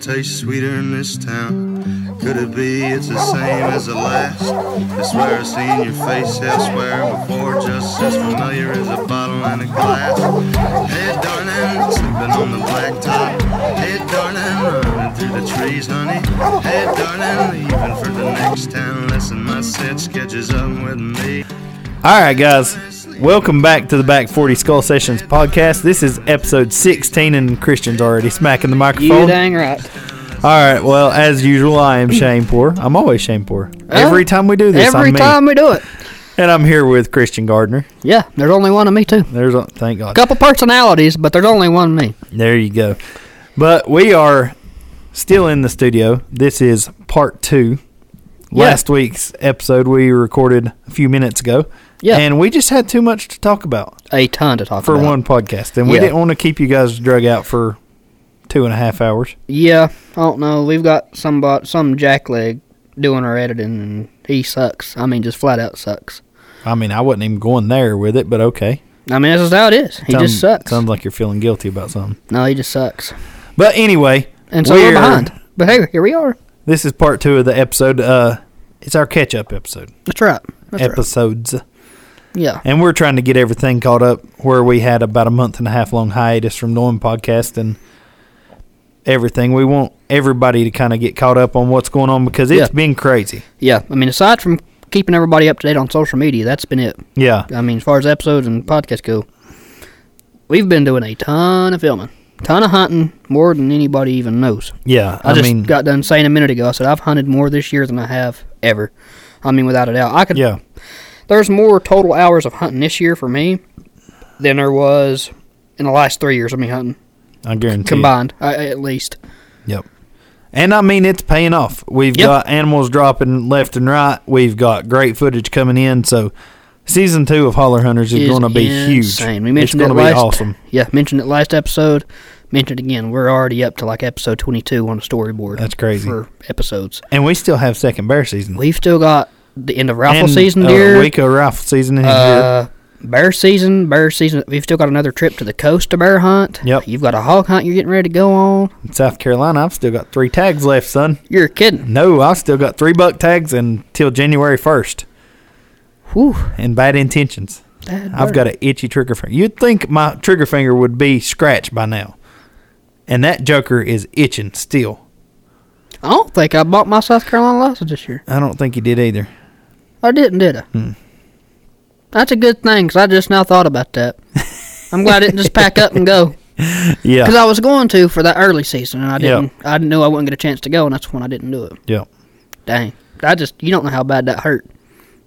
tastes sweeter in this town. Could it be it's the same as the last? I swear I've seen your face elsewhere before, just as familiar as a bottle and a glass. Hey, darling, sleeping on the blacktop. Hey, darling, running through the trees, honey. Hey, darling, leaving for the next town. Listen, my set catches up with me. All right, guys. Welcome back to the Back 40 Skull Sessions podcast. This is episode 16, and Christian's already smacking the You microphone. All dang right. right, well, as usual, I am Shane Poor. I'm always Shane Poor. Every time we do this, Every I'm me. time we do it. And I'm here with Christian Gardner. Yeah, there's only one of me too. There's a, thank God. Couple personalities, but there's only one me. There you go. But we are still in the studio. This is part two. Yeah. Last week's episode we recorded a few minutes ago. Yeah. And we just had too much to talk about. A ton to talk for about. one podcast, and we Yeah. didn't want to keep you guys drug out for two and a half hours. Yeah, I don't know. We've got somebody, some jackleg doing our editing, and he sucks. I mean, just flat out sucks. I mean, I wasn't even going there with it, but okay. I mean, this is how it is. He Sound- just sucks. Sounds like you're feeling guilty about something. no, he just sucks. But anyway, And so we're behind. But hey, here we are. This is part two of the episode. Uh, it's our catch-up episode. That's right. That's right. episodes, Yeah. and we're trying to get everything caught up. Where we had about a month and a half long hiatus from doing podcast and everything. We want everybody to kind of get caught up on what's going on because it's Yeah. been crazy. Yeah. I mean, aside from keeping everybody up to date on social media, that's been it. Yeah, I mean, as far as episodes and podcasts go, we've been doing a ton of filming, ton of hunting, more than anybody even knows. yeah. I, I, just mean, got done saying a minute ago. I said I've hunted more this year than I have ever. I mean, without a doubt, I could. yeah. There's more total hours of hunting this year for me than there was in the last three years of me hunting I guarantee. it. combined, I, at least. Yep. And I mean, it's paying off. We've Yep. got animals dropping left and right. We've got great footage coming in. So, season two of Holler Hunters is, It's going to be insane. huge. We mentioned it's it going to be last, awesome. Yeah, mentioned it last episode. Mentioned it again. We're already up to like episode 22 on the storyboard. That's crazy. for episodes. And we still have second bear season. We've still got the end of rifle And, season uh, deer, week of rifle season in here. uh, bear season, bear season. We've still got another trip to the coast to bear hunt. Yep. You've got a hog hunt you're getting ready to go on. In South Carolina, I've still got three tags left, son. You're kidding. No, I've still got three buck tags until January 1st. Whew. And bad intentions. That I've got an itchy trigger finger. You'd think my trigger finger would be scratched by now. And that joker is itching still. I don't think I bought my South Carolina license this year. I don't think he did either. I didn't, did I? Hmm. That's a good thing 'cause I just now thought about that. I'm glad I didn't just pack up and go. Because Yeah. I was going to for that early season, and I Yeah. didn't. I knew I wouldn't get a chance to go, and that's when I didn't do it. Yeah. Dang, I just you don't know how bad that hurt.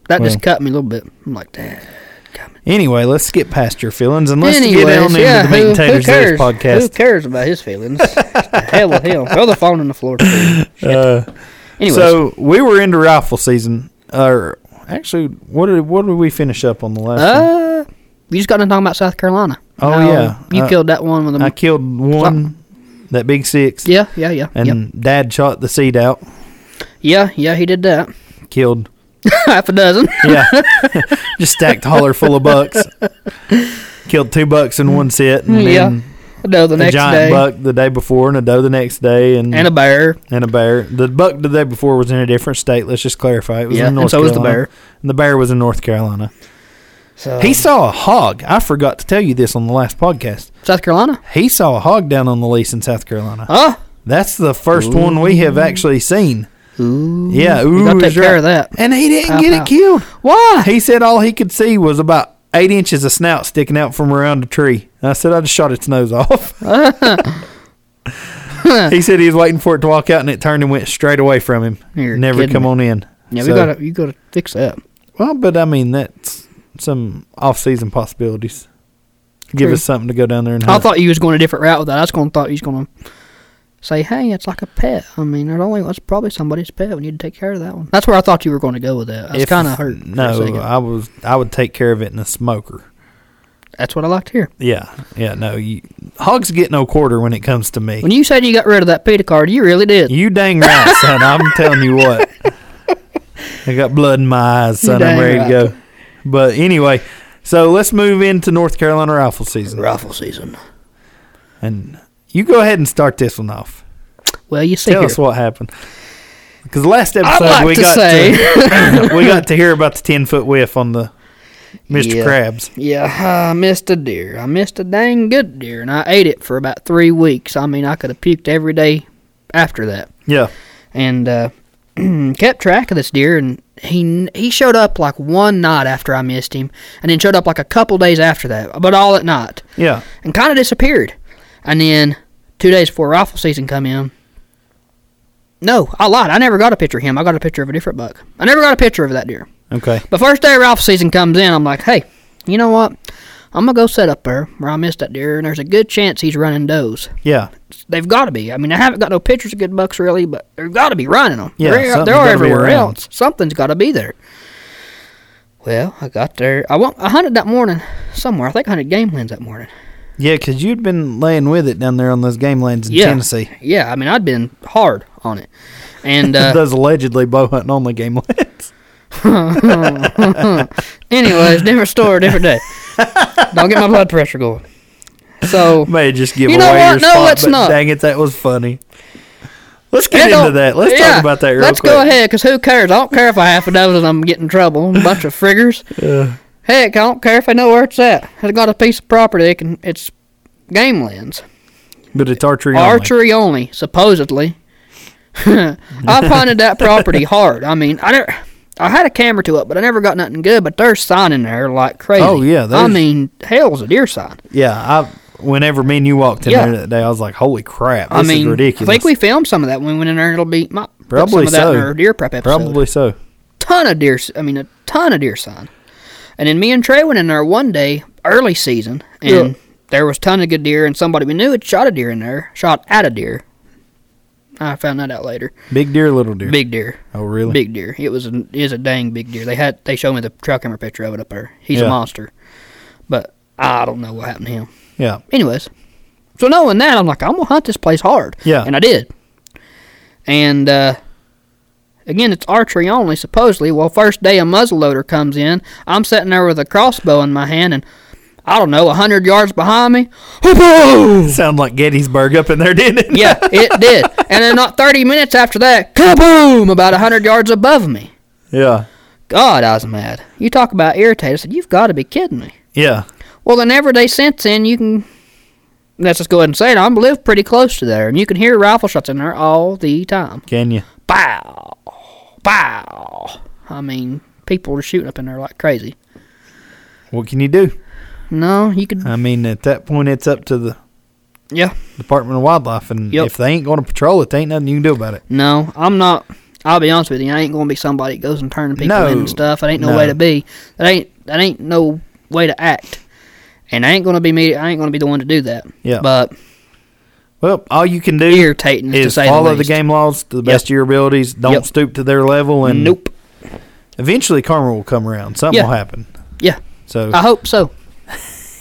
That Well. just cut me a little bit. I'm like, dang. Anyway, let's skip past your feelings and let's get Anyways, down yeah, into the meat and who- who taters of this cares? Who podcast. cares about his feelings? the hell with him. Throw the phone on the floor. Too. Uh, Anyways, so we were into rifle season, or actually, what did what did we finish up on the last? one? uh, you just got done talking about South Carolina. Oh, How yeah. you Uh, killed that one with a. I killed one, that big six, yeah, yeah, yeah, and yep. Dad shot the seed out, yeah, yeah. He did that. killed. Half a dozen. Yeah, just stacked holler full of bucks. Killed two bucks in one sit, and Yeah, then No, the a next giant day, buck the day before, and a doe the next day, and and a bear. and a bear. The buck the day before was in a different state. Let's just clarify. It was Yeah, in and North so was the Carolina. bear. And the bear was in North Carolina. So He saw a hog. I forgot to tell you this on the last podcast. South Carolina. He saw a hog down on the lease in South Carolina. Huh? That's the first one we have actually seen. Ooh. Yeah, You ooh, gotta is take care right. of that. And he didn't Pow, get pow. it killed. Why? He said all he could see was about eight inches of snout sticking out from around a tree. And I said I just shot its nose off. he said he was waiting for it to walk out, and it turned and went straight away from him. You're Never kidding come me. on in. Yeah, So- we gotta you gotta fix that. Well, but I mean that's some off-season possibilities. Give True. us something to go down there and I hunt. thought you was going a different route with that. I was going to thought you was going to say, "Hey, it's like a pet." I mean, it only it's probably somebody's pet. We need to take care of that one. That's where I thought you were going to go with that. I was If- kind of hurt. for a No, second. I was. I would take care of it in a smoker. that's what I liked here. Yeah, yeah. No, you, hogs get no quarter when it comes to me. When you said you got rid of that pita card, you really did. You dang right, son. I'm telling you what. I got blood in my eyes, son. I'm dang ready right. to go. But anyway, so let's move into North Carolina rifle season, Rifle season. and you go ahead and start this one off. Well, you see, Tell here, us what happened. Because last I'd episode like we to got say, to, we got to hear about the ten foot whiff on the Mr. Yeah. Krabs. yeah, I missed a deer. I missed a dang good deer, and I ate it for about three weeks. I mean, I could have puked every day after that. Yeah, and uh, kept track of this deer. And he he showed up like one night after I missed him, and then showed up like a couple days after that, but all at night, yeah, and kind of disappeared. And then two days before rifle season come in. No, I lied. I never got a picture of him. I got a picture of a different buck. I never got a picture of that deer. okay, But first day of rifle season comes in, I'm like, hey, you know what? I'm gonna go set up there where I missed that deer, and there's a good chance he's running does yeah, they've got to be. I mean, I haven't got no pictures of good bucks really, but they've got to be running them. Yeah, they're, something's they're gotta be everywhere around. else. Something's got to be there. Well, I got there. I went, I hunted that morning somewhere. I think I hunted game lands that morning. yeah. Because you'd been laying with it down there on those game lands in Yeah. Tennessee. Yeah, I mean, I'd been hard on it, and uh, those allegedly bow hunting only game lands. anyways, different story, different day. Don't get my blood pressure going. So May just give You know away what? your No, spot, let's but not. dang it, that was funny. Let's get I don't- into that. Let's yeah, talk about that real let's quick. go ahead, because who cares? I don't care if I half a dozen of them get in trouble. A bunch of friggers. Heck, I don't care if they know where it's at. It's got a piece of property. It can, it's game lands. But it's archery. Archer. Archery only, supposedly. I've hunted that property hard. I mean, I never, I had a camera to it, but I never got nothing good. But there's sign in there like crazy. Oh, yeah, I there's- mean, hell's a deer sign. Yeah, I. Whenever me and you walked in Yeah. there that day, I was like, "Holy crap! This I is mean, ridiculous." I think we filmed some of that when we went in there. It'll be might put some Probably of that in so. our deer prep episode. Probably so. ton of deer. I mean, a ton of deer sign. And then me and Trey went in there one day, early season, and Yeah. there was ton of good deer. And somebody we knew had shot a deer in there, shot at a deer. I found that out later. Big deer, little deer. Big deer, Oh, really? big deer. It was an, is a dang big deer. They had they showed me the trail camera picture of it up there. He's Yeah. a monster, but I don't know what happened to him. Yeah. Anyways, so knowing that, I'm like, I'm gonna hunt this place hard. Yeah. and I did. And uh, again, it's archery only, supposedly. Well, first day a muzzleloader comes in, I'm sitting there with a crossbow in my hand, and I don't know, a hundred yards behind me, Sound like Gettysburg up in there, didn't it? yeah, it did. And then not 30 minutes after that, kaboom! About a hundred yards above me. Yeah. God, I was mad. You talk about irritated. I said, you've got to be kidding me. Yeah. Well, then every day since then, you can. Let's just go ahead and say it. I live pretty close to there, and you can hear rifle shots in there all the time. Can you? Bow, bow. I mean, people are shooting up in there like crazy. What can you do? No, you could. I mean, at that point, it's up to the Yeah, Department of Wildlife, and Yep. if they ain't going to patrol it, there ain't nothing you can do about it. no, I'm not. I'll be honest with you. I ain't gonna be somebody that goes and turning people No. in and stuff. It ain't no, No. way to be. That ain't that ain't no way to act. And I ain't gonna be me. I ain't gonna be the one to do that. Yeah. But Well, all you can do irritating to is say follow the, the, least. game laws to the best of your abilities. Don't Yep. stoop to their level, and Nope. eventually karma will come around. Something Yeah. will happen. Yeah. So I hope so.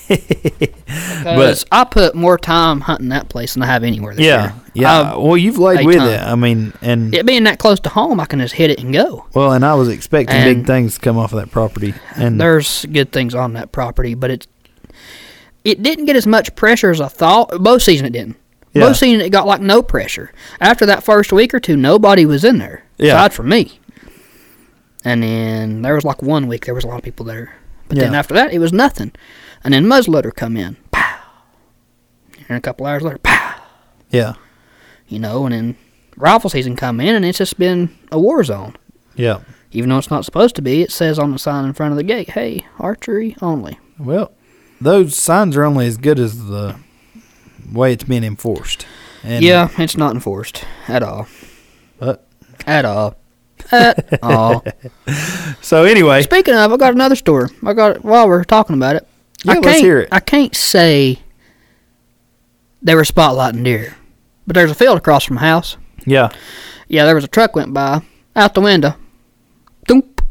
Because I put more time hunting that place than I have anywhere this yeah, year. Um, yeah. I've- well, you've a laid with ton. it. I mean, and it being that close to home, I can just hit it and go. well, and I was expecting big And- things to come off of that property, and There's good things on that property, but it's it didn't get as much pressure as I thought. Both season it didn't. Yeah. Both season it got like no pressure. After that first week or two, nobody was in there Yeah. aside from me. And then there was like one week there was a lot of people there, but then Yeah. after that it was nothing. And then muzzleloader come in, pow. And a couple hours later, pow. yeah, you know, and then rifle season come in, and it's just been a war zone. yeah. Even though it's not supposed to be, it says on the sign in front of the gate, "Hey, archery only." Well, those signs are only as good as the way it's being enforced. And yeah, it's not enforced at all. Uh. At all. At all. So anyway, Speaking of, I got another story. I got while we're talking about it. I Yeah, can't, let's hear it. I can't say they were spotlighting deer, but there's a field across from my house. yeah, Yeah, there was a truck went by out the window. Thump.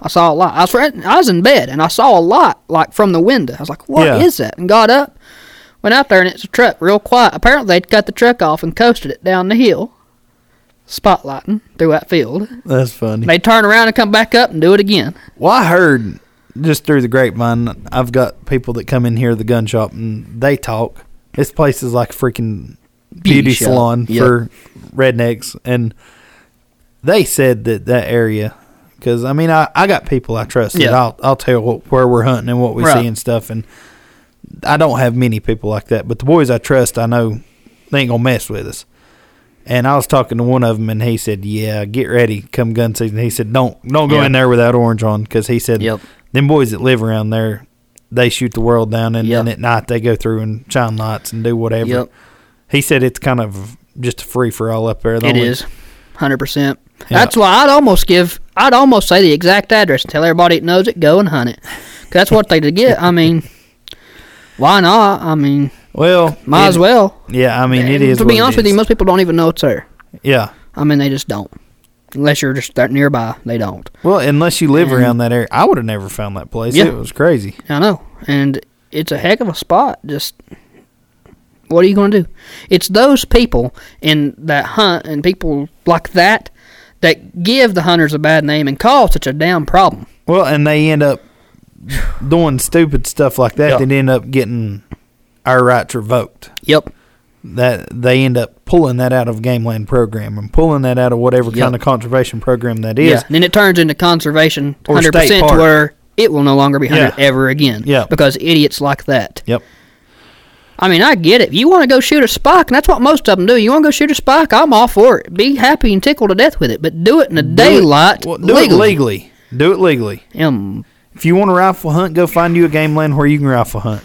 I saw a light. I was fr- I was in bed and I saw a light like from the window. I was like, "What is Yeah. that?" And got up, went out there, and it's a truck, real quiet. Apparently, they'd cut the truck off and coasted it down the hill, spotlighting through that field. that's funny. They turn around and come back up and do it again. Well, I heard just through the grapevine. I've got people that come in here to the gun shop and they talk. This place is like a freaking beauty, shop. salon Yep. for rednecks, and they said that that area. Because I mean, I, I got people I trust. Yeah. That I'll I'll tell what, where we're hunting and what we Right. see and stuff. And I don't have many people like that, but the boys I trust, I know they ain't gonna mess with us. And I was talking to one of them, and he said, "Yeah, get ready, come gun season." He said, "Don't don't go Yeah. in there without orange on," because he said, Yep. them boys that live around there, they shoot the world down, and then Yep. at night they go through and shine lights and do whatever." Yep. He said it's kind of just a free for all up there. The It only- is, hundred percent. Yeah. That's why I'd almost give, I'd almost say the exact address and tell everybody that knows it, go and hunt it. 'Cause that's what they did get. I mean, why not? I mean, Well, might it- as well. Yeah, I mean it And is. To what be it honest with is. you, most people don't even know it's there. yeah. I mean, they just don't. Unless you're just that nearby, they don't. Well, unless you live And- around that area, I would have never found that place. Yeah. It was crazy. I know, and it's a heck of a spot. Just what are you going to do? It's those people in that hunt and people like that that give the hunters a bad name and cause such a damn problem. Well, and they end up doing stupid stuff like that. Yeah. That end up getting our rights revoked. Yep. that they end up pulling that out of gameland program and pulling that out of whatever Yep. kind of conservation program that is. Yeah. Then it turns into conservation, Or hundred state percent, to park. where it will no longer be hunted Yeah. ever again. Yeah. Because idiots like that. Yep. I mean, I get it. If you want to go shoot a spike, and that's what most of them do. You want to go shoot a spike? I'm all for it. Be happy and tickled to death with it, but do it in the daylight. Well, do it legally. Do it legally. Um, If you want to rifle hunt, go find you a gameland where you can rifle hunt.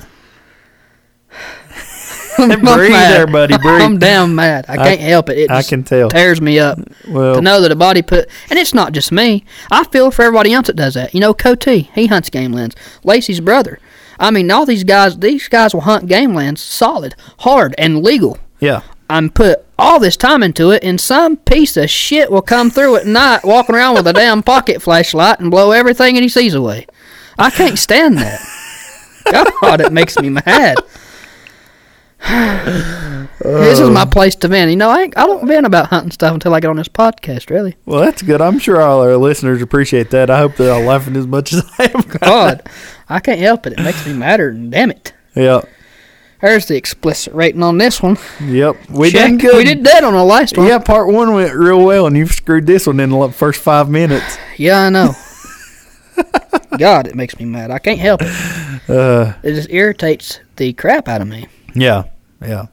I'm Breathe there, buddy, breathe. I'm damn mad. I can't help it. It I just can tell. tears me up to Well, know that a body put. And it's not just me. I feel for everybody else that does that. You know, Coty, he hunts game lands. Lacey's brother. I mean, all these guys. These guys will hunt game lands solid, hard, and legal. yeah. I'm put all this time into it, and some piece of shit will come through at night walking around with a damn pocket flashlight and blow everything that he sees away. I can't stand that. God, it makes me mad. this Oh. is my place to vent. You know, I, ain't, I don't vent about hunting stuff until I get on this podcast, really. Well, that's good. I'm sure all our listeners appreciate that. I hope they're all laughing as much as I am. God, I can't help it. It makes me madder, and damn it. yeah. There's the explicit rating on this one. Yep. We Check. done good. We did that on the last one. Yeah, part one went real well, and you've screwed this one in the first five minutes. Yeah, I know. God, it makes me mad. I can't help it. Uh, It just irritates the crap out of me. yeah. Yeah.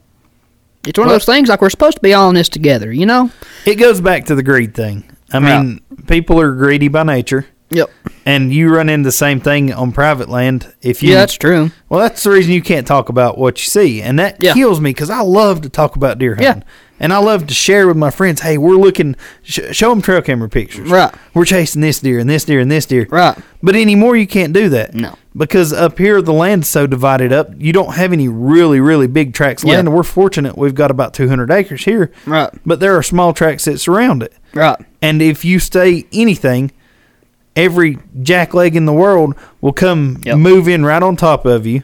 It's one of those things like we're supposed to be all in this together, you know? It goes back to the greed thing. I Yeah. mean, people are greedy by nature. Yep. and you run into the same thing on private land if you Yeah, that's true. well that's the reason you can't talk about what you see and that Yeah. kills me because i love to talk about deer Yeah. hunting and i love to share with my friends hey we're looking sh- show them trail camera pictures Right. we're chasing this deer and this deer and this deer Right. but anymore you can't do that No. because up here the land's so divided up you don't have any really really big tracts of Yeah. land and we're fortunate we've got about 200 acres here Right. but there are small tracts that surround it Right. and if you say anything, every jackleg in the world will come Yep. move in right on top of you,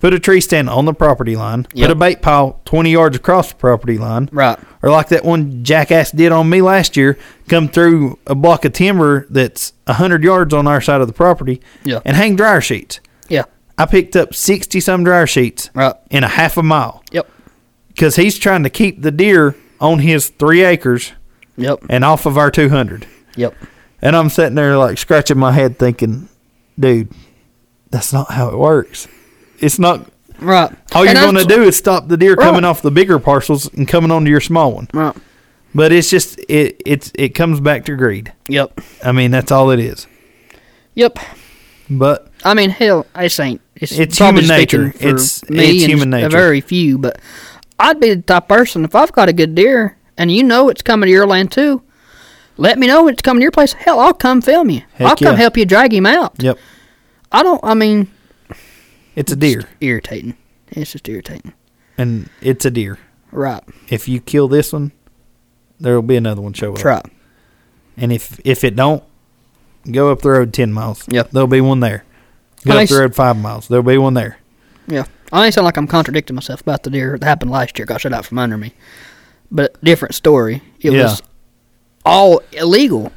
put a tree stand on the property line, Yep. put a bait pile 20 yards across the property line. Right. Or like that one jackass did on me last year, come through a block of timber that's 100 yards on our side of the property Yeah. and hang dryer sheets. Yeah. I picked up 60 some dryer sheets Right. in a half a mile Yep. because he's trying to keep the deer on his three acres Yep. and off of our 200. Yep. And I'm sitting there like scratching my head thinking, dude, that's not how it works. It's not Right. all And you're I'm going to t- do is stop the deer coming Right. off the bigger parcels and coming onto your small one. Right. But it's just it it's it comes back to greed. Yep. I mean, that's all it is. Yep. But I mean, hell, it's ain't. It's, It's probably human speaking nature. for It's- me it's and human a nature. Very few, but I'd be the type of person if I've got a good deer and you know it's coming to your land too. Let me know when it's coming to your place. Hell, I'll come film you. Heck I'll come yeah. help you drag him out. yep, I don't. I mean, it's a deer irritating. It's just irritating. and it's a deer. Right. If you kill this one, there'll be another one show up. Try. And if if it don't, go up the road 10 miles. Yep. There'll be one there. Go up Nice. the road 5 miles. There'll be one there. Yeah. I ain't sound like I'm contradicting myself about the deer that happened last year. Got shut out from under me. But different story. It Yeah. was all illegal.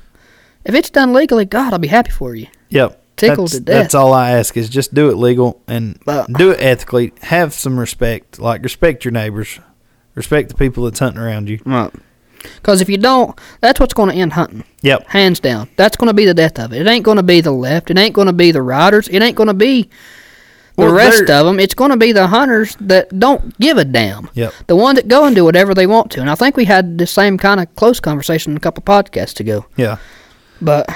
If it's done legally, God, I'll be happy for you. Yep. Tickled that's, to death. That's all I ask is just do it legal and But- do it ethically. Have some respect. Like respect your neighbors, Respect the people that's hunting around you. Right. Because if you don't, that's what's going to end hunting. Yep. Hands down. That's going to be the death of it. It ain't going to be the left. It ain't going to be the riders. It ain't going to be the Well, rest of they're- them. It's going to be the hunters that don't give a damn. Yep. The ones that go and do whatever they want to. And I think we had the same kind of close conversation a couple podcasts ago. Yeah. But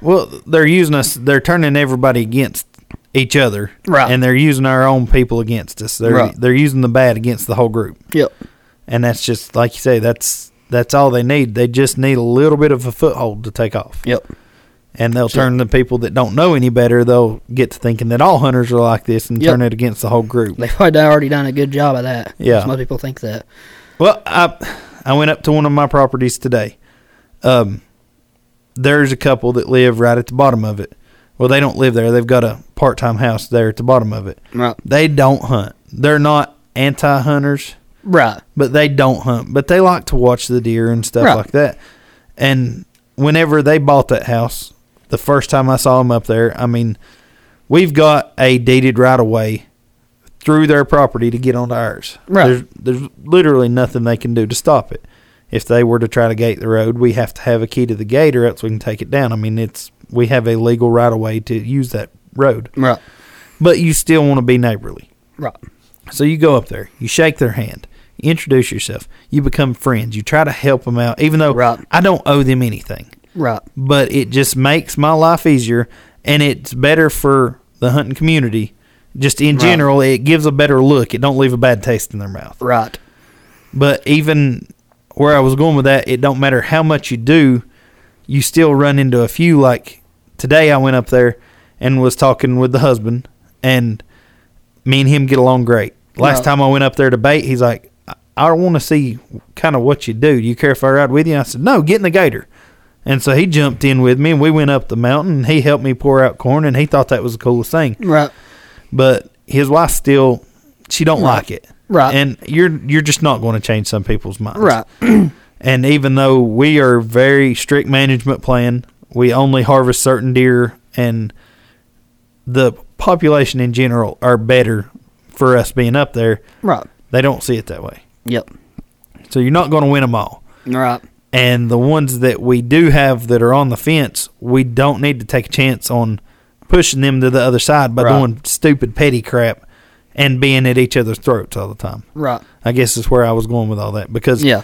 Well, they're using us. They're turning everybody against each other, Right. And they're using our own people against us. They're Right. they're using the bad against the whole group, yep, and that's just like you say. That's that's all they need. They just need a little bit of a foothold to take off, yep, and they'll turn the people that don't know any better. They'll get to thinking that all hunters are like this and Yep. turn it against the whole group. they've probably already done a good job of that. Yeah. most people think that. Well, I I went up to one of my properties today. Um, there's a couple that live right at the bottom of it. Well, they don't live there. They've got a part-time house there at the bottom of it. Right, They don't hunt. They're not anti-hunters, right, but they don't hunt. But they like to watch the deer and stuff Right. like that. And whenever they bought that house, the first time I saw them up there, I mean, we've got a deeded right of way through their property to get onto ours. Right. There's, there's literally nothing they can do to stop it. If they were to try to gate the road, we have to have a key to the gate, or else we can take it down. I mean, it's we have a legal right of way to use that road, right, but you still want to be neighborly. right, So you go up there, you shake their hand, you introduce yourself, you become friends, you try to help them out, even though Right. I don't owe them anything. right, But it just makes my life easier, and it's better for the hunting community. Just in Right. general, it gives a better look. It don't leave a bad taste in their mouth. right, But even where I was going with that, it don't matter how much you do, you still run into a few. Like today, I went up there and was talking with the husband, and me and him get along great. Last Right. time I went up there to bait, he's like, "I- "I want to see kind of what you do. Do you care if I ride with you?" And I said, "No, get in the gator." And so he jumped in with me, and we went up the mountain. And he helped me pour out corn, and he thought that was the coolest thing right, but his wife still she don't like it Right. and you're you're just not going to change some people's minds right, and even though we are very strict management plan we only harvest certain deer and the population in general are better for us being up there right, they don't see it that way yep, so you're not going to win them all right, and the ones that we do have that are on the fence we don't need to take a chance on pushing them to the other side by Right. doing stupid petty crap and being at each other's throats all the time right, I guess is where I was going with all that because yeah,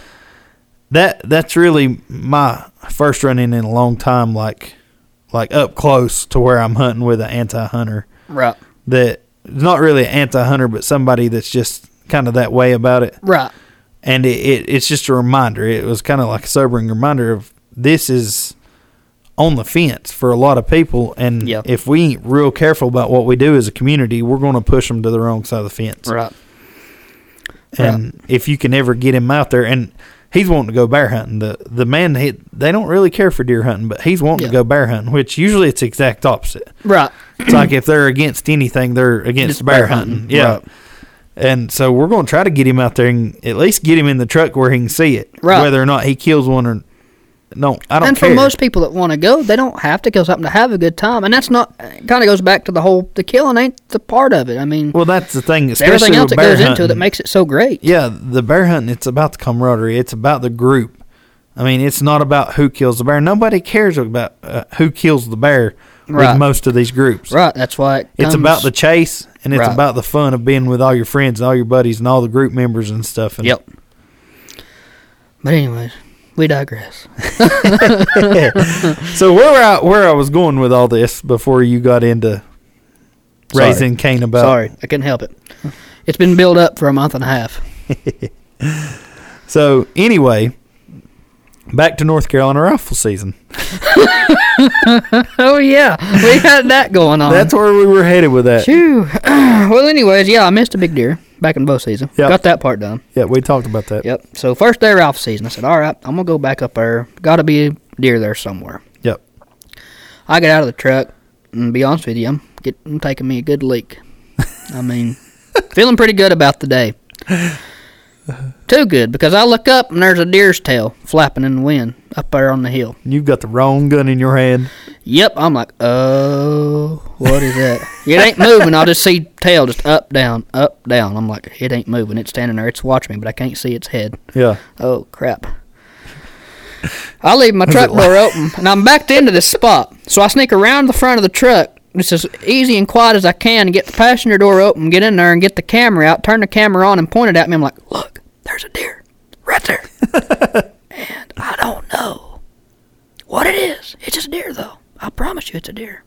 that that's really my first run in in a long time, like like up close to where I'm hunting with an anti hunter right, that is not really an anti hunter, but somebody that's just kind of that way about it. right, And it, it it's just a reminder. It was kind of like a sobering reminder of this is on the fence for a lot of people, and Yeah. if we ain't real careful about what we do as a community, we're going to push them to the wrong side of the fence. right, And if you can ever get him out there, and he's wanting to go bear hunting. The the man he, they don't really care for deer hunting, but he's wanting to Yeah. go bear hunting, which usually it's the exact opposite. right, It's like if they're against anything, they're against Just bear, bear hunting. hunting, Yeah. right. And so we're going to try to get him out there and at least get him in the truck where he can see it, Right. whether or not he kills one or no. I don't and care. for most people that want to go, they don't have to kill something to have a good time, and that's not kind of goes back to the whole the killing ain't the part of it. I mean, well, that's the thing, especially everything with else that bear goes into it that hunting. makes it so great. Yeah, the bear hunting, it's about the camaraderie. It's about the group. I mean, it's not about who kills the bear. Nobody cares about uh, who kills the bear Right. with most of these groups. Right, that's why it It's comes- about the chase and it's Right. about the fun of being with all your friends and all your buddies and all the group members and stuff. And Yep. But anyways, we digress. so where I, where I was going with all this before you got into Sorry. raising Cain about Sorry, I couldn't help it. It's been built up for a month and a half. So anyway, back to North Carolina rifle season. Oh yeah, we had that going on. That's where we were headed with that. Phew. well, anyways, yeah, I missed a big deer back in bow season. Yep. Got that part done. Yeah, we talked about that. Yep. So first day of rifle season, I said, "All right, I'm gonna go back up there. Got to be a deer there somewhere." Yep. I get out of the truck, and be honest with you, I'm getting taking me a good leak. I mean, feeling pretty good about the day. Too good, because I look up and there's a deer's tail flapping in the wind up there on the hill. You've got the wrong gun in your hand. Yep, I'm like, oh, what is that? it ain't moving. I'll just see tail just up, down, up, down. I'm like, it ain't moving. It's standing there. It's watching me, but I can't see its head. Yeah. Oh crap! I leave my truck door open, and I'm backed into this spot. So I sneak around the front of the truck, just as easy and quiet as I can, and get the passenger door open, get in there, and get the camera out. Turn the camera on and point it at me. I'm like, "Look, there's a deer right there," and I don't know what it is. It's just a deer, though. I promise you, it's a deer.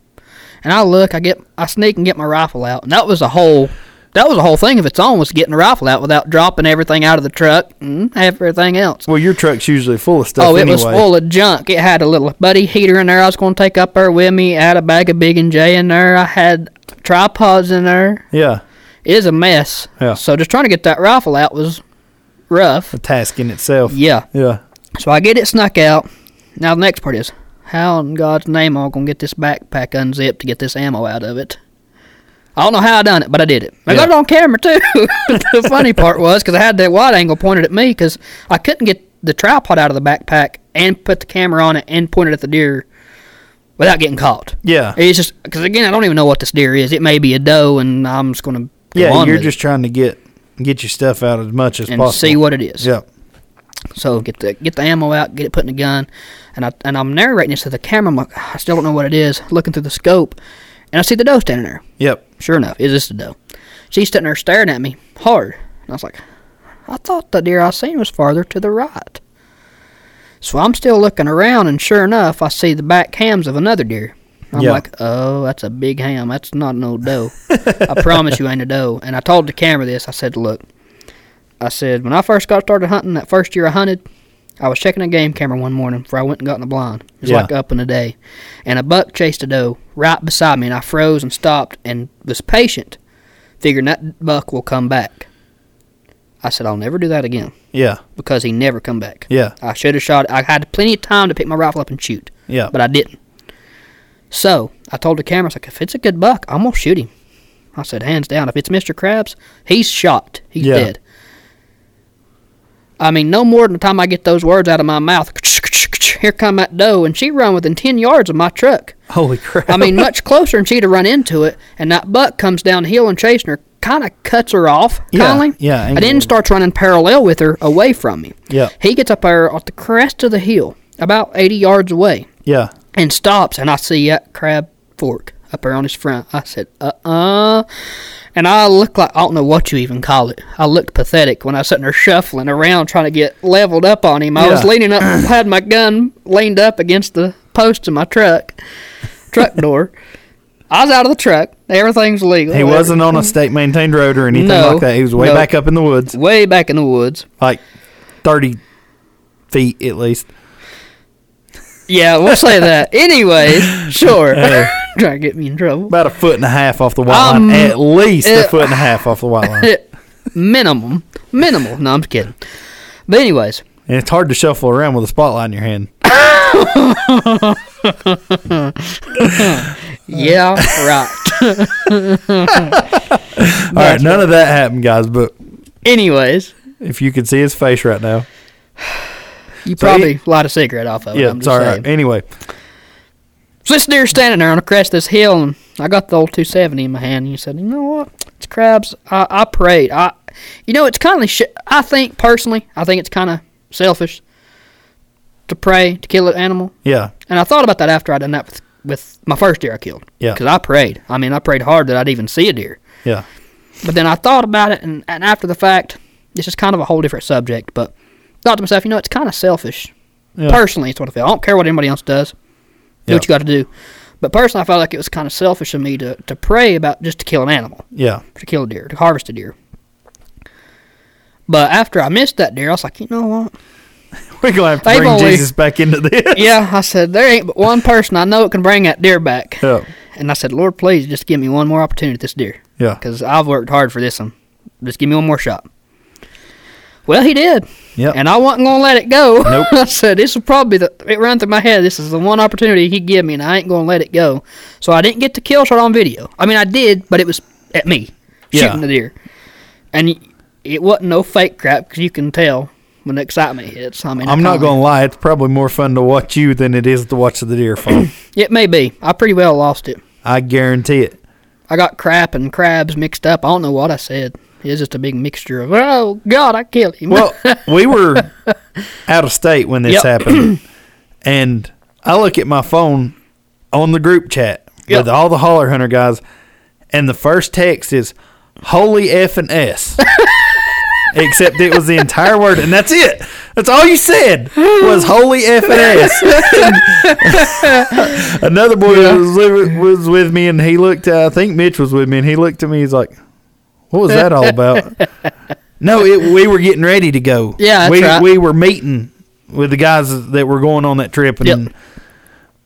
And I look, I get, I sneak and get my rifle out, and that was a whole that was the whole thing of its own was getting the rifle out without dropping everything out of the truck and everything else. Well, your truck's usually full of stuff. Oh, it anyway. was full of junk. It had a little buddy heater in there I was going to take up there with me. I had a bag of Big and J in there. I had tripods in there. Yeah. It is a mess. Yeah. So just trying to get that rifle out was rough. A task in itself. Yeah. Yeah. So I get it snuck out. Now the next part is how in God's name am I gonna get this backpack unzipped to get this ammo out of it? I don't know how I done it, but I did it. I got it Yeah. on camera too. the funny part was because I had that wide angle pointed at me because I couldn't get the tripod out of the backpack and put the camera on it and point it at the deer without getting caught. Yeah. It's just because again I don't even know what this deer is. It may be a doe, and I'm just gonna go yeah. on You're with just trying to get get your stuff out as much as it and possible. see what it is. Yeah. So get the get the ammo out, get it put in the gun, and I and I'm narrating this to the camera. I'm like, "Ah, I still don't know what it is. Looking through the scope, and I see the doe standing there. Yep. Sure enough, is this the doe? She's standing there staring at me hard, and I was like, I thought the deer I seen was farther to the right. So I'm still looking around, and sure enough, I see the back hams of another deer. I'm Yeah. like, oh, that's a big ham. That's not no doe. I promise you ain't a doe. And I told the camera this. I said, look, I said, when I first got started hunting, that first year I hunted, I was checking a game camera one morning before I went and got in the blind. It was Yeah. like up in the day. And a buck chased a doe right beside me, and I froze and stopped and was patient, figuring that buck will come back. I said, I'll never do that again Yeah. because he never come back. Yeah. I should have shot. I had plenty of time to pick my rifle up and shoot, Yeah. but I didn't. So I told the camera, I was like, if it's a good buck, I'm gonna shoot him. I said, hands down, if it's Mr. Krabs, he's shot. He's Yeah. dead. I mean, no more than the time I get those words out of my mouth. Here come that doe, and she run within ten yards of my truck. Holy crap. I mean, much closer, and she'd have run into it. And that buck comes down the hill and chasing her, kind of cuts her off. Yeah, kindly, yeah, And then angled. starts running parallel with her away from me. Yeah. He gets up there at the crest of the hill, about 80 yards away, Yeah. and stops. And I see that crab fork up there on his front. I said, uh uh. And I look like, I don't know what you even call it. I looked pathetic when I was sitting there shuffling around trying to get leveled up on him. I was Yeah. leaning up, had my gun leaned up against the post of my truck, truck door. I was out of the truck. Everything's legal. He wasn't on a state maintained road or anything mm. No. like that. He was way No. back up in the woods, Way back in the woods. like 30 feet at least. Yeah, we'll say that. Anyway, sure. Try to get me in trouble. About a foot and a half off the white Um, line. At least uh, a foot and a half off the white line. minimum, minimal. No, I'm just kidding. But anyways, And it's hard to shuffle around with a spotlight in your hand. yeah, right. All right, none of that happened, guys, but Anyways, if you could see his face right now. you So probably light a cigarette off of it. Yeah, Oh, I'm it's just all saying. right. Anyway, So this deer's standing there on the crest of this hill, and I got the old 270 in my hand, and you said, you know what? It's crabs. I, I prayed. I, you know, it's kind of, sh- I think, personally, I think it's kind of selfish to pray to kill an animal. yeah, And I thought about that after I done that with, with my first deer I killed. Yeah. Because I prayed. I mean, I prayed hard that I'd even see a deer. yeah, But then I thought about it, and, and after the fact, this is kind of a whole different subject, but thought to myself, you know, it's kind of selfish. Yeah. Personally, it's what I feel. I don't care what anybody else does. Do Yeah. what you got to do. But personally, I felt like it was kind of selfish of me to, to pray about just to kill an animal, yeah, to kill a deer, to harvest a deer. But after I missed that deer, I was like, you know what? we're gonna have to They've bring only- Jesus back into this. yeah, I said, there ain't but one person I know can bring that deer back. Yeah, And I said, Lord, please just give me one more opportunity at this deer. yeah, Because I've worked hard for this one. Just give me one more shot. Well, he did. Yep. And I wasn't going to let it go. Nope. I said, this is probably the, it ran through my head. This is the one opportunity he give me, and I ain't going to let it go. So I didn't get the kill shot on video. I mean, I did, but it was at me Yeah. shooting the deer. And y- it wasn't no fake crap because you can tell when the excitement hits. I mean, I I'm not kinda- going to lie. It's probably more fun to watch you than it is to watch the deer fall. It may be. I pretty well lost it. I guarantee it. I got crap and crabs mixed up. I don't know what I said. It's just a big mixture of oh God, I killed him. Well, we were out of state when this Yep. happened, and I look at my phone on the group chat Yep. with all the holler hunter guys, and the first text is "Holy f and s," except it was the entire word, and that's it. That's all you said was "Holy f and s." Another boy was, li- was with me, and he looked. Uh, I think Mitch was with me, and he looked at me. He's like, "What was that all about?" No, it, we were getting ready to go. Yeah, that's we right. we were meeting with the guys that were going on that trip, and Yep.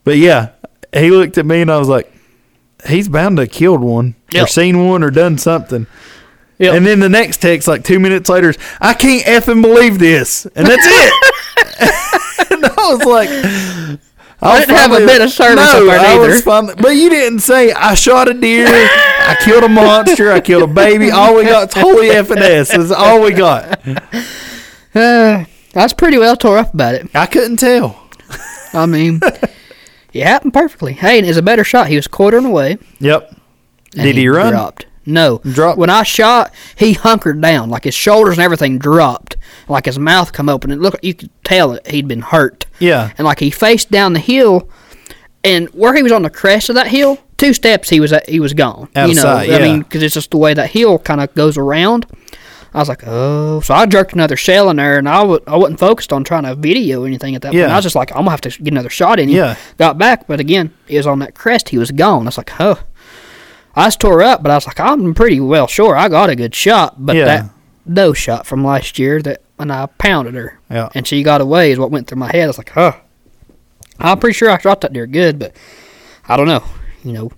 but yeah, he looked at me and I was like, he's bound to have killed one or Yep. seen one or done something. Yep. And then the next text, like two minutes later, is, I can't effing believe this, and that's it. and I was like. I didn't have a bit of service no, up there I either. was finally, but you didn't say I shot a deer, I killed a monster, I killed a baby. All we got is holy effing s. Is all we got. Uh, I was pretty well tore up about it. I couldn't tell. I mean, it happened perfectly. Hayden is a better shot. He was quartering away. Yep. and Did he run? Dropped. No. Dropped. When I shot, he hunkered down. Like his shoulders and everything dropped. Like his mouth come open. And look, you could tell that he'd been hurt. Yeah. And like he faced down the hill, and where he was on the crest of that hill, two steps he was at, he was gone. Out you of know, sight, I yeah. mean, because it's just the way that hill kind of goes around. I was like, oh, so I jerked another shell in there, and I w- I wasn't focused on trying to video anything at that point. Yeah. I was just like, I'm gonna have to get another shot in. him. Yeah. Got back, but again, he was on that crest. He was gone. I was like, huh. I was tore up, but I was like, I'm pretty well sure I got a good shot. But Yeah. that doe shot from last year that when I pounded her Yeah. and she got away is what went through my head. I was like, huh. I'm pretty sure I shot that deer good, but I don't know. You know,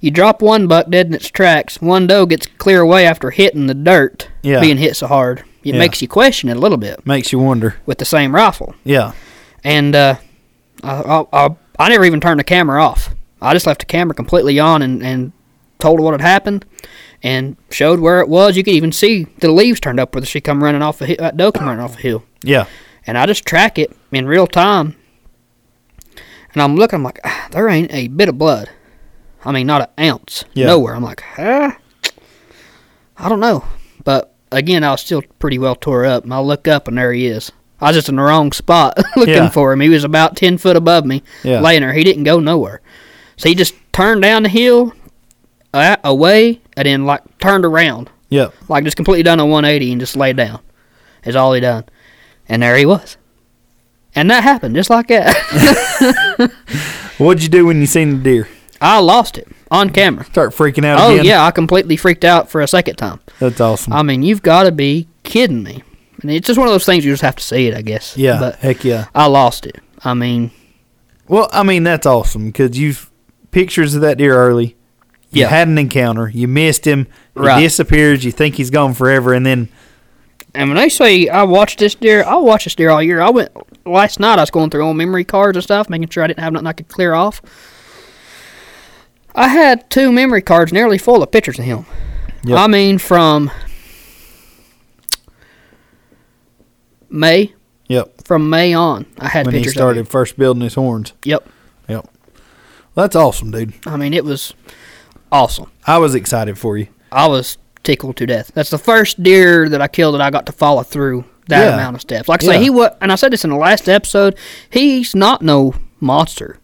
you drop one buck dead in its tracks. One doe gets clear away after hitting the dirt, Yeah. being hit so hard. It Yeah. makes you question it a little bit Makes you wonder. with the same rifle. Yeah. And uh, I, I, I, I never even turned the camera off. I just left the camera completely on and, and told her what had happened and showed where it was. You could even see the leaves turned up where she come running off the hill, that doe come running off the hill Yeah. and I just track it in real time. And I'm looking, I'm like, "Ah, there ain't a bit of blood. I mean, not an ounce Yeah. nowhere. I'm like, ah, I don't know. But again, I was still pretty well tore up. And I look up, and there he is. I was just in the wrong spot looking Yeah. for him. He was about 10 foot above me, Yeah. laying there. He didn't go nowhere. So he just turned down the hill, uh, away, and then like turned around Yep. like just completely done a 180 and just laid down is all he done and there he was and that happened just like that What'd you do when you seen the deer? i lost it on camera Start freaking out oh again. yeah i completely freaked out for a second time That's awesome. i mean you've got to be kidding me and it's just one of those things you just have to see it i guess yeah. but heck yeah. i lost it i mean Well, I mean that's awesome because you've pictures of that deer early. You Yeah. had an encounter. You missed him. He Right. disappears. You think he's gone forever, and then and when they say i watched this deer i watched this deer all year i went last night i was going through old memory cards and stuff making sure i didn't have nothing i could clear off i had two memory cards nearly full of pictures of him Yep. I mean, from May, yep, from May on, I had when he pictures. of started him. first building his horns. Yep. Yep. Well, that's awesome, dude. I mean, it was awesome. I was excited for you. I was tickled to death. That's the first deer that I killed that I got to follow through that Yeah. amount of steps. Like I say, Yeah. he was, and I said this in the last episode. He's not no monster.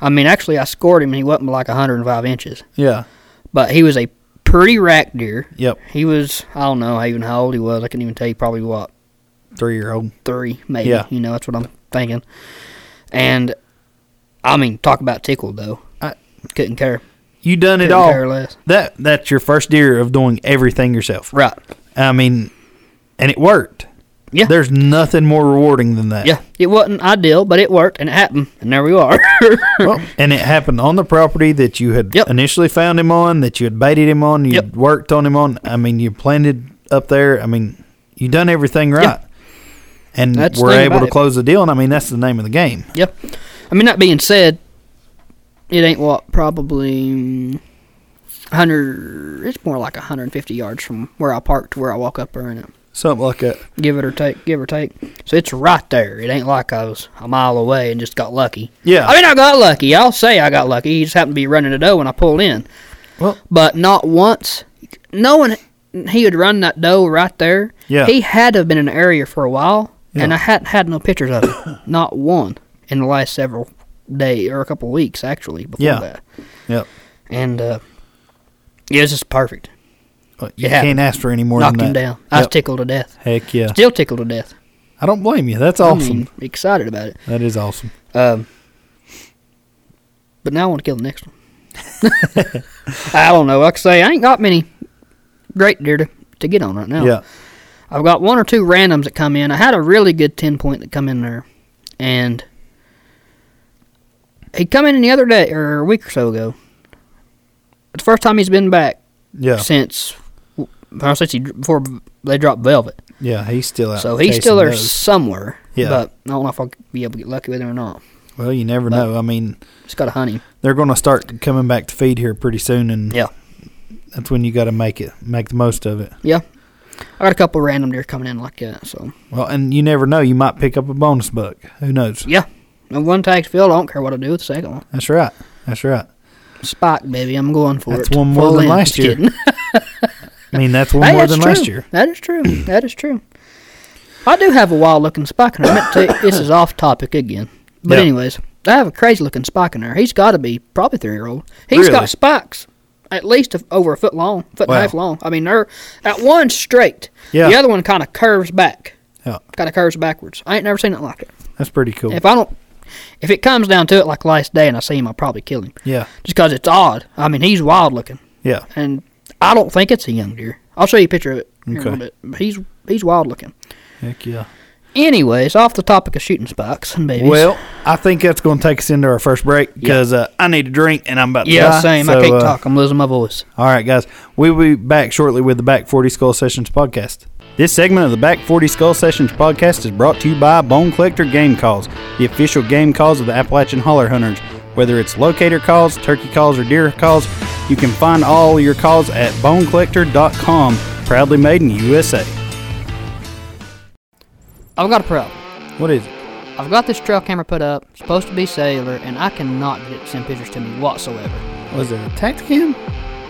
I mean, actually, I scored him, and he wasn't like 105 inches, Yeah. but he was a pretty rack deer. Yep. He was, I don't know even how old he was. I couldn't even tell you probably what Three year old. three, maybe. Yeah. You know, that's what I'm thinking. And I mean, talk about tickled though. I- couldn't care. You done it Couldn't all. care less. That that's your first year of doing everything yourself. Right. I mean, and it worked. Yeah. There's nothing more rewarding than that. Yeah. Uh, It wasn't ideal, but it worked and it happened and there we are. Well, and it happened on the property that you had Yep. initially found him on, that you had baited him on, you Yep. had worked on him on. I mean, you planted up there. I mean, you done everything right. And That's the we're thing able about to it. close the deal. And I mean, that's the name of the game. yep. I mean, that being said, it ain't what probably mm, hundred. It's more like hundred and fifty yards from where I park to where I walk up there in it. Something like that. Give it or take, give or take. So it's right there. It ain't like I was a mile away and just got lucky. Yeah. I mean, I got lucky. I'll say I got lucky. He just happened to be running a doe when I pulled in. Well- but not once, knowing he would run that doe right there. Yeah. He had to have been in the area for a while, and Yeah. I hadn't had no pictures of it. not one in the last several days or a couple weeks actually before Yeah. that. Yep. And uh, yeah, it's just perfect. Well, You It happened. can't ask for any more Knocked than him that. down. I was Yep. tickled to death. Heck yeah. Still tickled to death. I don't blame you. That's awesome. I mean, excited about it. that is awesome. Um, but now I want to kill the next one. I don't know. Like I say, I ain't got many great deer to, to get on right now. Yeah. I've got one or two randoms that come in. I had a really good ten point that come in there, and he come in the other day or a week or so ago. It's the first time he's been back Yeah. since well, since he before they dropped Velvet. Yeah. He's still out. so he's chasing still there those. somewhere. Yeah. But I don't know if I'll be able to get lucky with him or not. Well, you never but- know. I mean, Just got to hunt him. they're going to start coming back to feed here pretty soon, and Yeah. that's when you got to make it, make the most of it. I got a couple random deer coming in like that. So Well, and you never know. You might pick up a bonus buck. Who knows? yeah, and one tag's filled. I don't care what I do with the second one. That's right. That's right. Spike, baby, I'm going for That's it. one more Full than in. last Just year. kidding. I mean, that's one Hey, more that's than true. last year. That is true. That is true. I do have a wild looking spike in there. I meant to, tell you- this is off topic again, but Yeah. anyways, I have a crazy looking spike in there. He's got to be probably three year old. He's Really? got spikes at least of over a foot long, foot and Wow. a half long. I mean, they're that one straight. Yeah. The other one kind of curves back. Yeah. Kind of curves backwards. I ain't never seen it like it. That's pretty cool. If I don't, if it comes down to it, like last day, and I see him, I'll probably kill him yeah. just because it's odd. I mean, he's wild looking, Yeah. and I don't think it's a young deer. I'll show you a picture of it here in a Okay. little bit. But he's he's wild looking. Heck yeah. Anyways, off the topic of shooting spikes and babies. Well, I think that's going to take us into our first break because uh, I need a drink and I'm about to yeah, die. same. So, I can't uh, talk. I'm losing my voice. All right, guys. We'll be back shortly with the Back 40 Skull Sessions podcast. This segment of the Back 40 Skull Sessions podcast is brought to you by Bone Collector Game Calls, the official game calls of the Appalachian Holler Hunters. Whether it's locator calls, turkey calls, or deer calls, you can find all your calls at bonecollector.com, proudly made in USA. I've got a problem. What is it? I've got this trail camera put up, supposed to be cellular, and I cannot get it to send pictures to me whatsoever. Was it a Tacticam?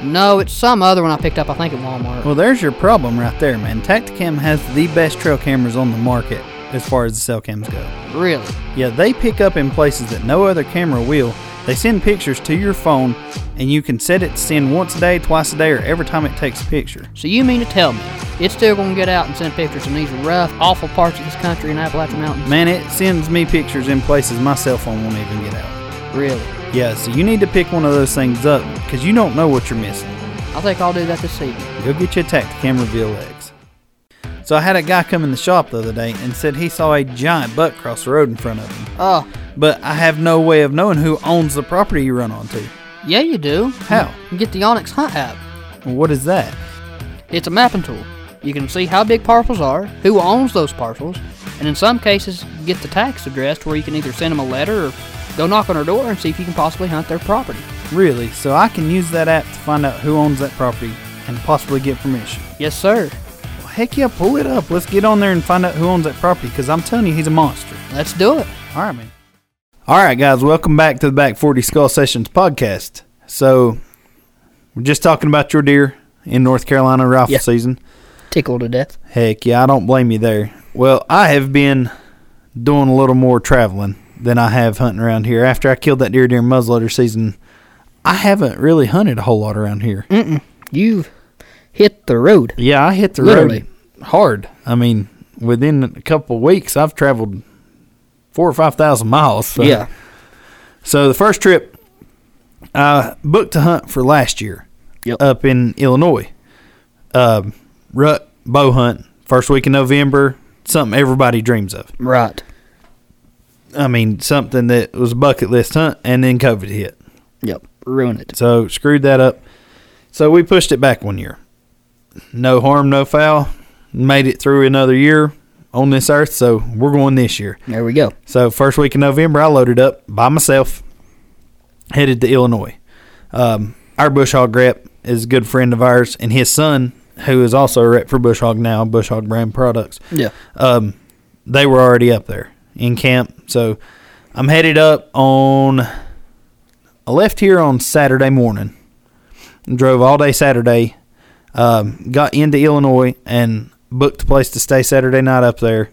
No, it's some other one I picked up, I think, at Walmart. Well, there's your problem right there, man. Tacticam has the best trail cameras on the market as far as the cell cams go. Really? Yeah, they pick up in places that no other camera will. They send pictures to your phone, and you can set it to send once a day, twice a day, or every time it takes a picture. So you mean to tell me it's still going to get out and send pictures in these rough, awful parts of this country in Appalachian Mountains? Man, it sends me pictures in places my cell phone won't even get out. Really? Yeah, so you need to pick one of those things up because you don't know what you're missing. I think I'll do that this evening. Go get you a Tacticam Reveal X. So I had a guy come in the shop the other day and said he saw a giant buck cross the road in front of him. Oh, But I have no way of knowing who owns the property you run onto. yeah, you do. How? You get the Onyx Hunt app. What is that? It's a mapping tool. You can see how big parcels are, who owns those parcels, and in some cases, get the tax addressed where you can either send them a letter or go knock on their door and see if you can possibly hunt their property. Really? So I can use that app to find out who owns that property and possibly get permission. Yes, sir. Well, heck yeah, pull it up. Let's get on there and find out who owns that property because I'm telling you, he's a monster. Let's do it. All right, man. All right, guys, welcome back to the Back 40 Skull Sessions podcast. So we're just talking about your deer in North Carolina rifle Yeah. season. Tickled to death. Heck yeah, I don't blame you there. Well, I have been doing a little more traveling than I have hunting around here. After I killed that deer during muzzleloader season, I haven't really hunted a whole lot around here. You've hit the road. Yeah, I hit the Literally. road hard. I mean, within a couple of weeks, I've traveled four or five thousand miles. So. Yeah. So the first trip, I booked a hunt for last year Yep. up in Illinois. Um, rut bow hunt first week in November. Something everybody dreams of. Right. I mean, something that was a bucket list hunt, and then COVID hit. Yep. Ruin it. So screwed that up. So we pushed it back one year. No harm, no foul. Made it through another year on this earth. So we're going this year. There we go. So first week in November, I loaded up by myself, headed to Illinois. Um, our bush hog rep is a good friend of ours, and his son, who is also a rep for Bushhog now, Bushhog brand products. Yeah. Um, they were already up there in camp, so I'm headed up on. I left here on Saturday morning, drove all day Saturday, um, got into Illinois and booked a place to stay Saturday night up there,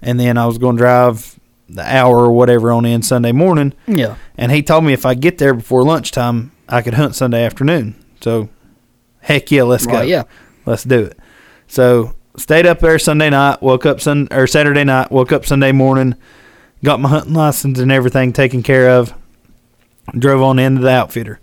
and then I was going to drive the hour or whatever on in Sunday morning. Yeah. And he told me if I get there before lunchtime, I could hunt Sunday afternoon. So, heck yeah, let's go. Right, yeah. let's do it. So stayed up there Sunday night. Woke up Sun or Saturday night. Woke up Sunday morning. Got my hunting license and everything taken care of. Drove on into the outfitter,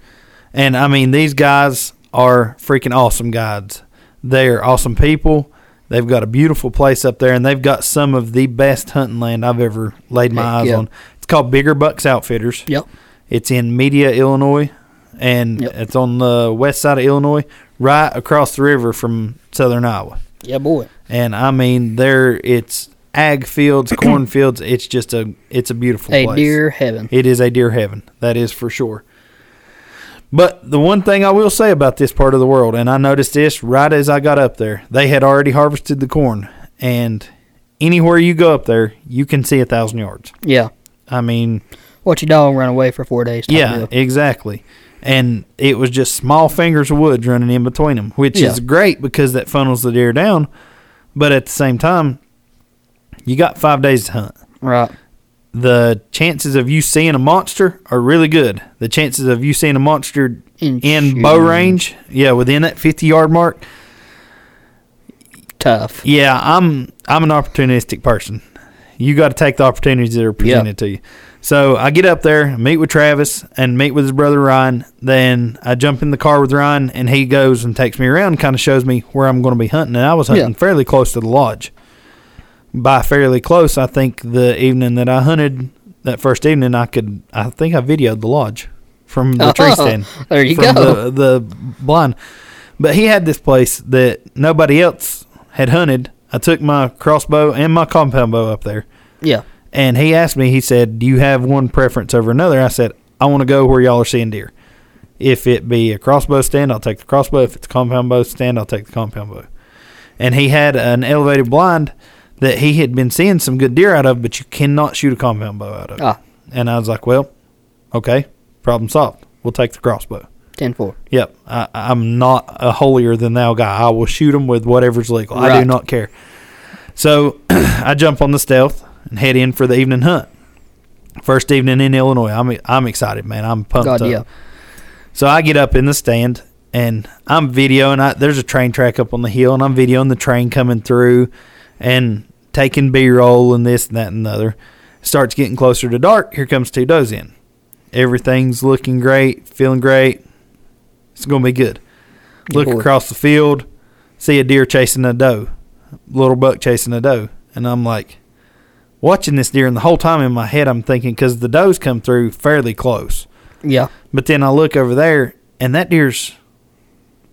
and I mean these guys are freaking awesome guides. They are awesome people. They've got a beautiful place up there, and they've got some of the best hunting land I've ever laid my Heck, eyes yeah. on. It's called Bigger Bucks Outfitters. Yep. It's in Media, Illinois, and Yep. it's on the west side of Illinois, right across the river from Southern Iowa. Yeah, boy. And I mean, there it's ag fields, cornfields. It's just a it's a beautiful A place. dear heaven. It is a deer heaven. That is for sure. But the one thing I will say about this part of the world, and I noticed this right as I got up there, they had already harvested the corn, and anywhere you go up there, you can see a thousand yards. Yeah. I mean, Watch your dog run away for four days. type yeah, deal. exactly. And it was just small fingers of woods running in between them, which Yeah. is great because that funnels the deer down. But at the same time, you got five days to hunt. Right. The chances of you seeing a monster are really good. The chances of you seeing a monster In in bow shoot. range, yeah, within that fifty yard mark, Tough. yeah, I'm I'm an opportunistic person. You got to take the opportunities that are presented to you. So I get up there, meet with Travis, and meet with his brother Ryan. Then I jump in the car with Ryan, and he goes and takes me around, kind of shows me where I'm going to be hunting. And I was hunting Yeah. fairly close to the lodge. By fairly close, I think the evening that I hunted, that first evening, I could, I think I videoed the lodge from the tree Oh, stand there you from The, go. the blind. But he had this place that nobody else had hunted. I took my crossbow and my compound bow up there. Yeah. And he asked me, he said, Do you have one preference over another? I said, I want to go where y'all are seeing deer. If it be a crossbow stand, I'll take the crossbow. If it's a compound bow stand, I'll take the compound bow. And he had an elevated blind that he had been seeing some good deer out of, but you cannot shoot a compound bow out of. Ah, And I was like, Well, okay, problem solved. We'll take the crossbow. 10 4. Yep, I, I'm not a holier than thou guy. I will shoot them with whatever's legal. I do Right. not care. So I jump on the stealth and head in for the evening hunt. First evening in Illinois. I'm I'm excited, man. I'm pumped God, up. yeah. So I get up in the stand and I'm videoing. I, there's a train track up on the hill, and I'm videoing the train coming through and taking B roll and this and that and the other. Starts getting closer to dark. Here comes two does in. Everything's looking great, feeling great. It's going to be good. Look boy. across the field, see a deer chasing a doe, little buck chasing a doe. And I'm like, watching this deer, and the whole time in my head, I'm thinking, because the does come through fairly close. Yeah. But then I look over there, and that deer's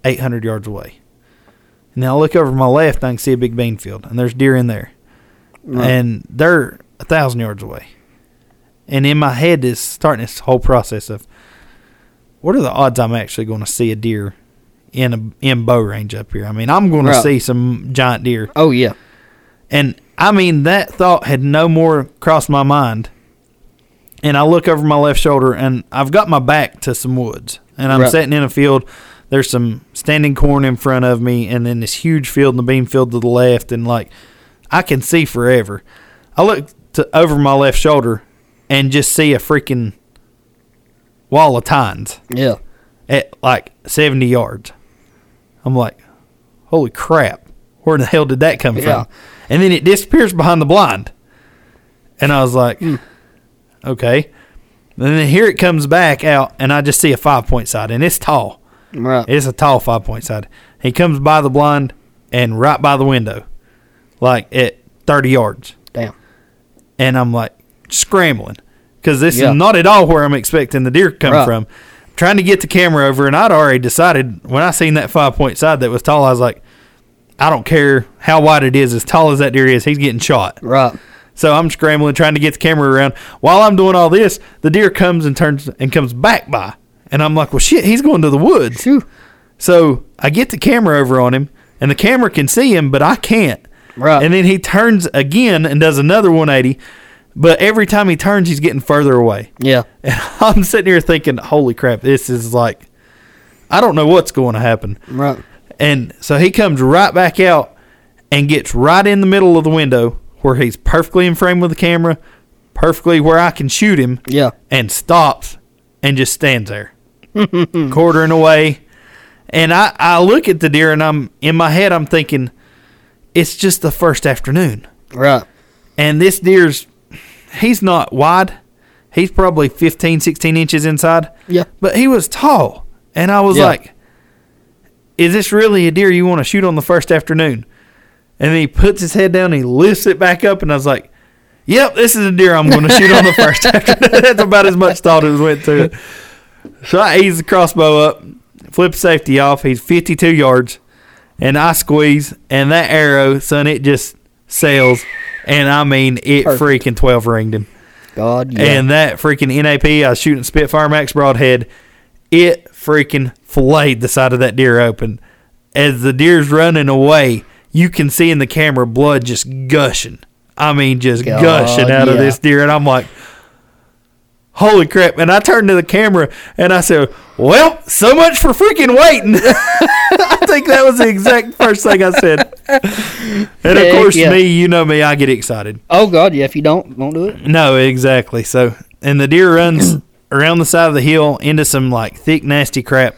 800 yards away. And then I look over to my left, and I can see a big bean field, and there's deer in there. Right. And they're a 1,000 yards away. And in my head is starting this whole process of what are the odds I'm actually going to see a deer in a in bow range up here? I mean, I'm going to Right. see some giant deer. Oh, yeah. And I mean, that thought had no more crossed my mind. And I look over my left shoulder, and I've got my back to some woods, and I'm Right. sitting in a field. There's some standing corn in front of me, and then this huge field and the bean field to the left, and like I can see forever. I look to over my left shoulder and just see a freaking wall of tines Yeah. at like 70 yards. I'm like, holy crap, where in the hell did that come Yeah. from? And then it disappears behind the blind. And I was like, okay. And then here it comes back out, and I just see a five point side, and it's tall. Right. It's a tall five point side. He comes by the blind and right by the window, like at 30 yards Damn. and I'm like scrambling because this Yeah. is not at all where I'm expecting the deer to come Right. from. Trying to get the camera over, and I'd already decided when I seen that five point side that was tall, I was like, I don't care how wide it is, as tall as that deer is, he's getting shot. Right. So I'm scrambling, trying to get the camera around. While I'm doing all this, the deer comes and turns and comes back by, and I'm like, well, shit, he's going to the woods. Phew. So I get the camera over on him, and the camera can see him, but I can't. Right. And then he turns again and does another 180, but every time he turns, he's getting further away. Yeah. And I'm sitting here thinking, holy crap, this is like, I don't know what's going to happen. Right. And so he comes right back out and gets right in the middle of the window where he's perfectly in frame with the camera, perfectly where I can shoot him, Yeah. and stops and just stands there, quartering away. And I, I look at the deer and I'm in my head, I'm thinking, it's just the first afternoon. Right. And this deer's, he's not wide. He's probably 15, 16 inches inside. Yeah. But he was tall. And I was Yeah. like, is this really a deer you want to shoot on the first afternoon? And then he puts his head down, he lifts it back up, and I was like, yep, this is a deer I'm going to shoot on the first afternoon. That's about as much thought as went to it. So I ease the crossbow up, flip safety off. He's 52 yards, and I squeeze, and that arrow, son, it just sails. And I mean, it Perfect. freaking 12 ringed him. God. Yeah. And that freaking NAP, I was shooting Spitfire Max Broadhead. It freaking flayed the side of that deer open. As the deer's running away, you can see in the camera blood just gushing. I mean, just God, gushing out of yeah. this deer. And I'm like, holy crap. And I turned to the camera and I said, well, so much for freaking waiting. I think that was the exact first thing I said. And of Heck course, yeah. me, you know me, I get excited. oh God. Yeah. If you don't, don't do it. No, exactly. So, and the deer runs around the side of the hill into some like thick, nasty crap,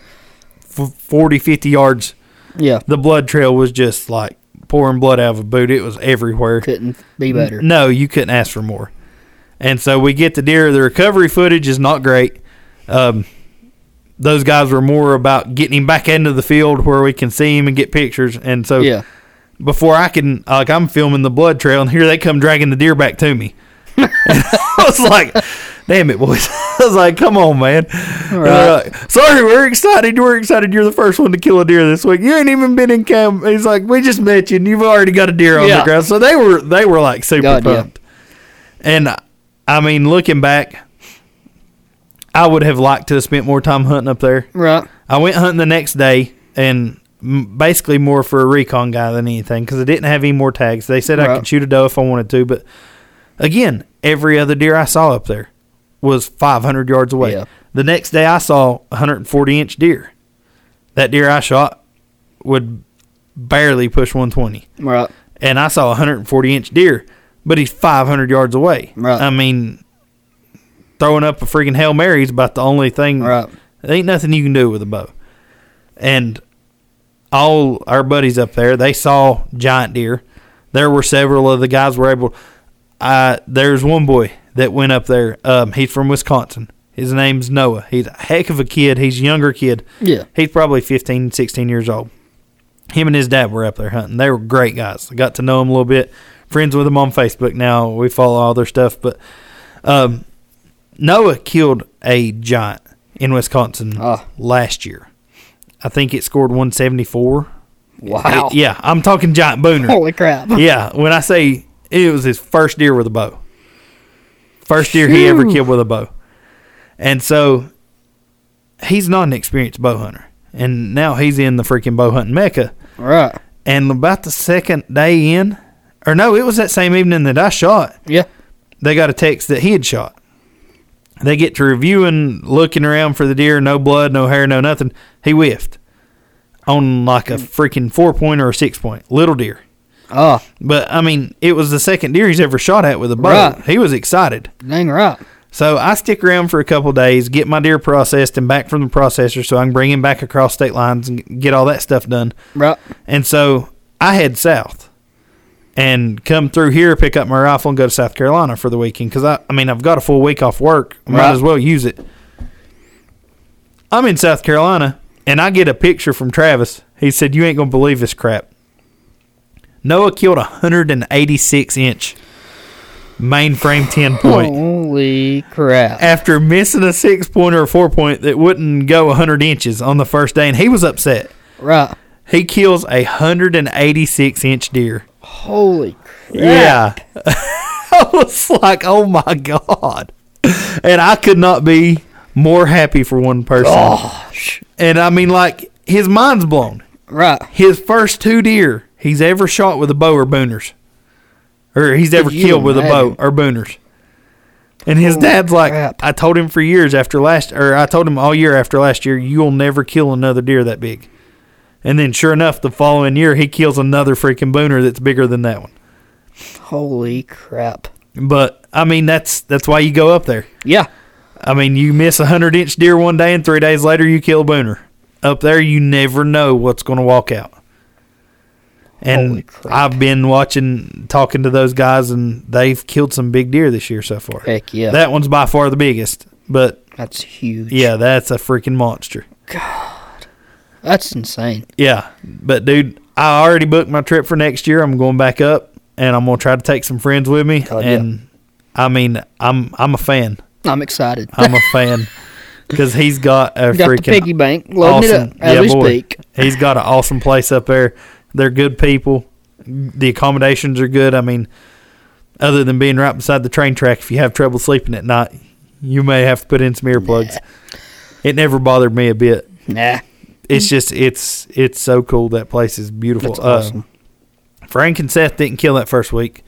f- 40, 50 yards. Yeah. The blood trail was just like pouring blood out of a boot. It was everywhere. Couldn't be better. No, you couldn't ask for more. And so we get the deer. The recovery footage is not great. Um, those guys were more about getting him back into the field where we can see him and get pictures. And so Yeah. before I can, like, I'm filming the blood trail, and here they come dragging the deer back to me. and I was like, damn it, boys. I was like, come on, man. And they're like, Sorry, we're excited. We're excited. You're the first one to kill a deer this week. You ain't even been in camp. He's like, we just met you, and you've already got a deer on Yeah. the ground. So they were, they were like super God, yeah. pumped. And I- I mean, looking back, I would have liked to have spent more time hunting up there. Right. I went hunting the next day and m- basically more for a recon guy than anything because I didn't have any more tags. They said I Right. could shoot a doe if I wanted to, but again, every other deer I saw up there was 500 yards away. Yeah. The next day I saw a 140 inch deer. That deer I shot would barely push 120 Right. and I saw a 140 inch deer, but he's 500 yards away. Right. I mean, throwing up a freaking Hail Mary is about the only thing. Right. There ain't nothing you can do with a bow. And all our buddies up there, they saw giant deer. There were several of the guys were able. Uh, there's one boy that went up there. Um, he's from Wisconsin. His name's Noah. He's a heck of a kid. He's a younger kid. Yeah. He's probably 15, 16 years old. Him and his dad were up there hunting. They were great guys. I got to know him a little bit. Friends with him on Facebook now. We follow all their stuff. But um, Noah killed a giant in Wisconsin Ah. last year. I think it scored 174. Wow. Oh, It- yeah, I'm talking giant booner. Holy crap. yeah, when I say it was his first deer with a bow. First deer he ever Phew. killed with a bow. And so he's not an experienced bow hunter. And now he's in the freaking bow hunting mecca. Right. And about the second day in, or no, it was that same evening that I shot, Yeah. they got a text that he had shot. They get to reviewing, looking around for the deer, no blood, no hair, no nothing. He whiffed on like a freaking four point or a six point, little deer. Oh, But I mean, it was the second deer he's ever shot at with a bow. Right. He was excited. dang right. So I stick around for a couple days, get my deer processed and back from the processor so I can bring him back across state lines and get all that stuff done. Right. And so I head south and come through here, pick up my rifle, and go to South Carolina for the weekend. Because I, I mean, I've got a full week off work. Might Right. as well use it. I'm in South Carolina and I get a picture from Travis. He said, You ain't going to believe this crap. Noah killed a 186 inch mainframe 10 point Holy crap. after missing a six point or a four point that wouldn't go 100 inches on the first day. And he was upset. Right. He kills a 186 inch deer. Holy crap. Yeah. I was like, oh my God. And I could not be more happy for one person. Gosh. And I mean, like, his mind's blown. Right. His first two deer he's ever shot with a bow or booners, or he's ever you killed with a bow imagine? or booners. And his Holy dad's like, crap. I told him for years after last, or I told him all year after last year, you'll never kill another deer that big. And then, sure enough, the following year he kills another freaking booner that's bigger than that one. Holy crap. But I mean, that's that's why you go up there. Yeah. I mean, you miss a hundred inch deer one day, and three days later you kill a booner. Up there, you never know what's going to walk out. Holy And crap. I've been watching, talking to those guys, and they've killed some big deer this year so far. Heck yeah. That one's by far the biggest, but That's huge. yeah, that's a freaking monster. That's insane. Yeah, but dude, I already booked my trip for next year. I'm going back up, and I'm gonna try to take some friends with me. Hell yeah. and I mean, I'm I'm a fan. I'm excited. I'm a fan because he's got a Got the freaking piggy bank loading awesome. it up as yeah, we boy. speak. He's got an awesome place up there. They're good people. The accommodations are good. I mean, other than being right beside the train track, if you have trouble sleeping at night, you may have to put in some earplugs. It never bothered me a bit. Nah. It's just it's it's so cool. That place is beautiful. That's Uh, awesome. Frank and Seth didn't kill that first week.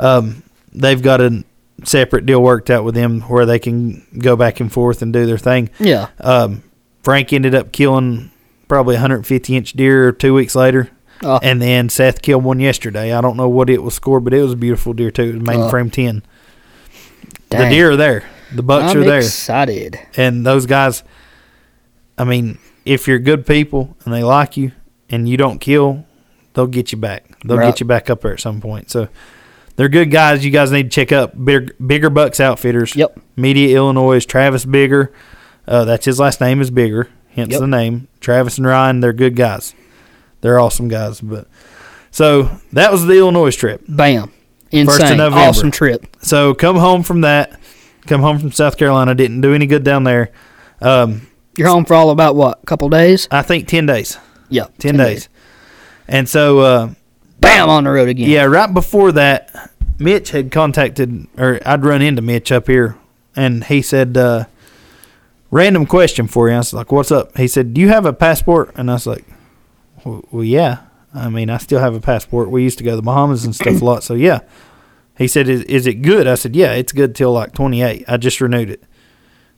Um, they've got a separate deal worked out with them where they can go back and forth and do their thing. Yeah. Um, Frank ended up killing probably a 150 inch deer two weeks later. Oh. And then Seth killed one yesterday. I don't know what it was scored, but it was a beautiful deer too. It was main Oh. frame 10. The dang. deer are there. The bucks I'm are there. excited. And those guys, I mean, if you're good people and they like you and you don't kill, they'll get you back. They'll Right. get you back up there at some point. So they're good guys. You guys need to check up big, Bigger Bucks Outfitters. Yep. Media Illinois. Travis Bigger. Uh, that's his last name is Bigger, hence Yep. the name. Travis and Ryan, they're good guys. They're awesome guys. But so that was the Illinois trip. Bam. Insane. November. Awesome trip. So come home from that. Come home from South Carolina. Didn't do any good down there. Um, You're home for all about what? couple days? I think ten days. Yeah. 10 days. And so, uh, Bam on the road again. yeah, right before that, Mitch had contacted, or I'd run into Mitch up here, and he said, uh, random question for you. I was like, what's up? He said, do you have a passport? And I was like, well, well, yeah. I mean, I still have a passport. We used to go to the Bahamas and stuff a lot, so yeah. He said, is, is it good? I said, yeah, it's good till like 28. I just renewed it.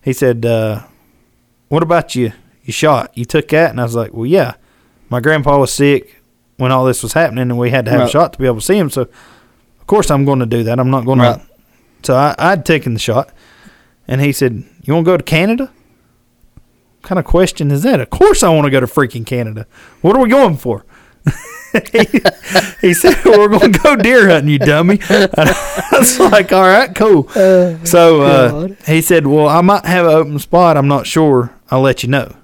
He said, uh, what about you? You shot. You took that? And I was like, well, yeah. My grandpa was sick when all this was happening, and we had to have Right. a shot to be able to see him. So, of course, I'm going to do that. I'm not going Right. to. So I, I'd taken the shot. And he said, you want to go to Canada? What kind of question is that? Of course I want to go to freaking Canada. What are we going for? he, he said, "We're going to go deer hunting, you dummy." And I was like, "All right, cool." so uh, God. he said, "Well, I might have an open spot. I'm not sure. I'll let you know."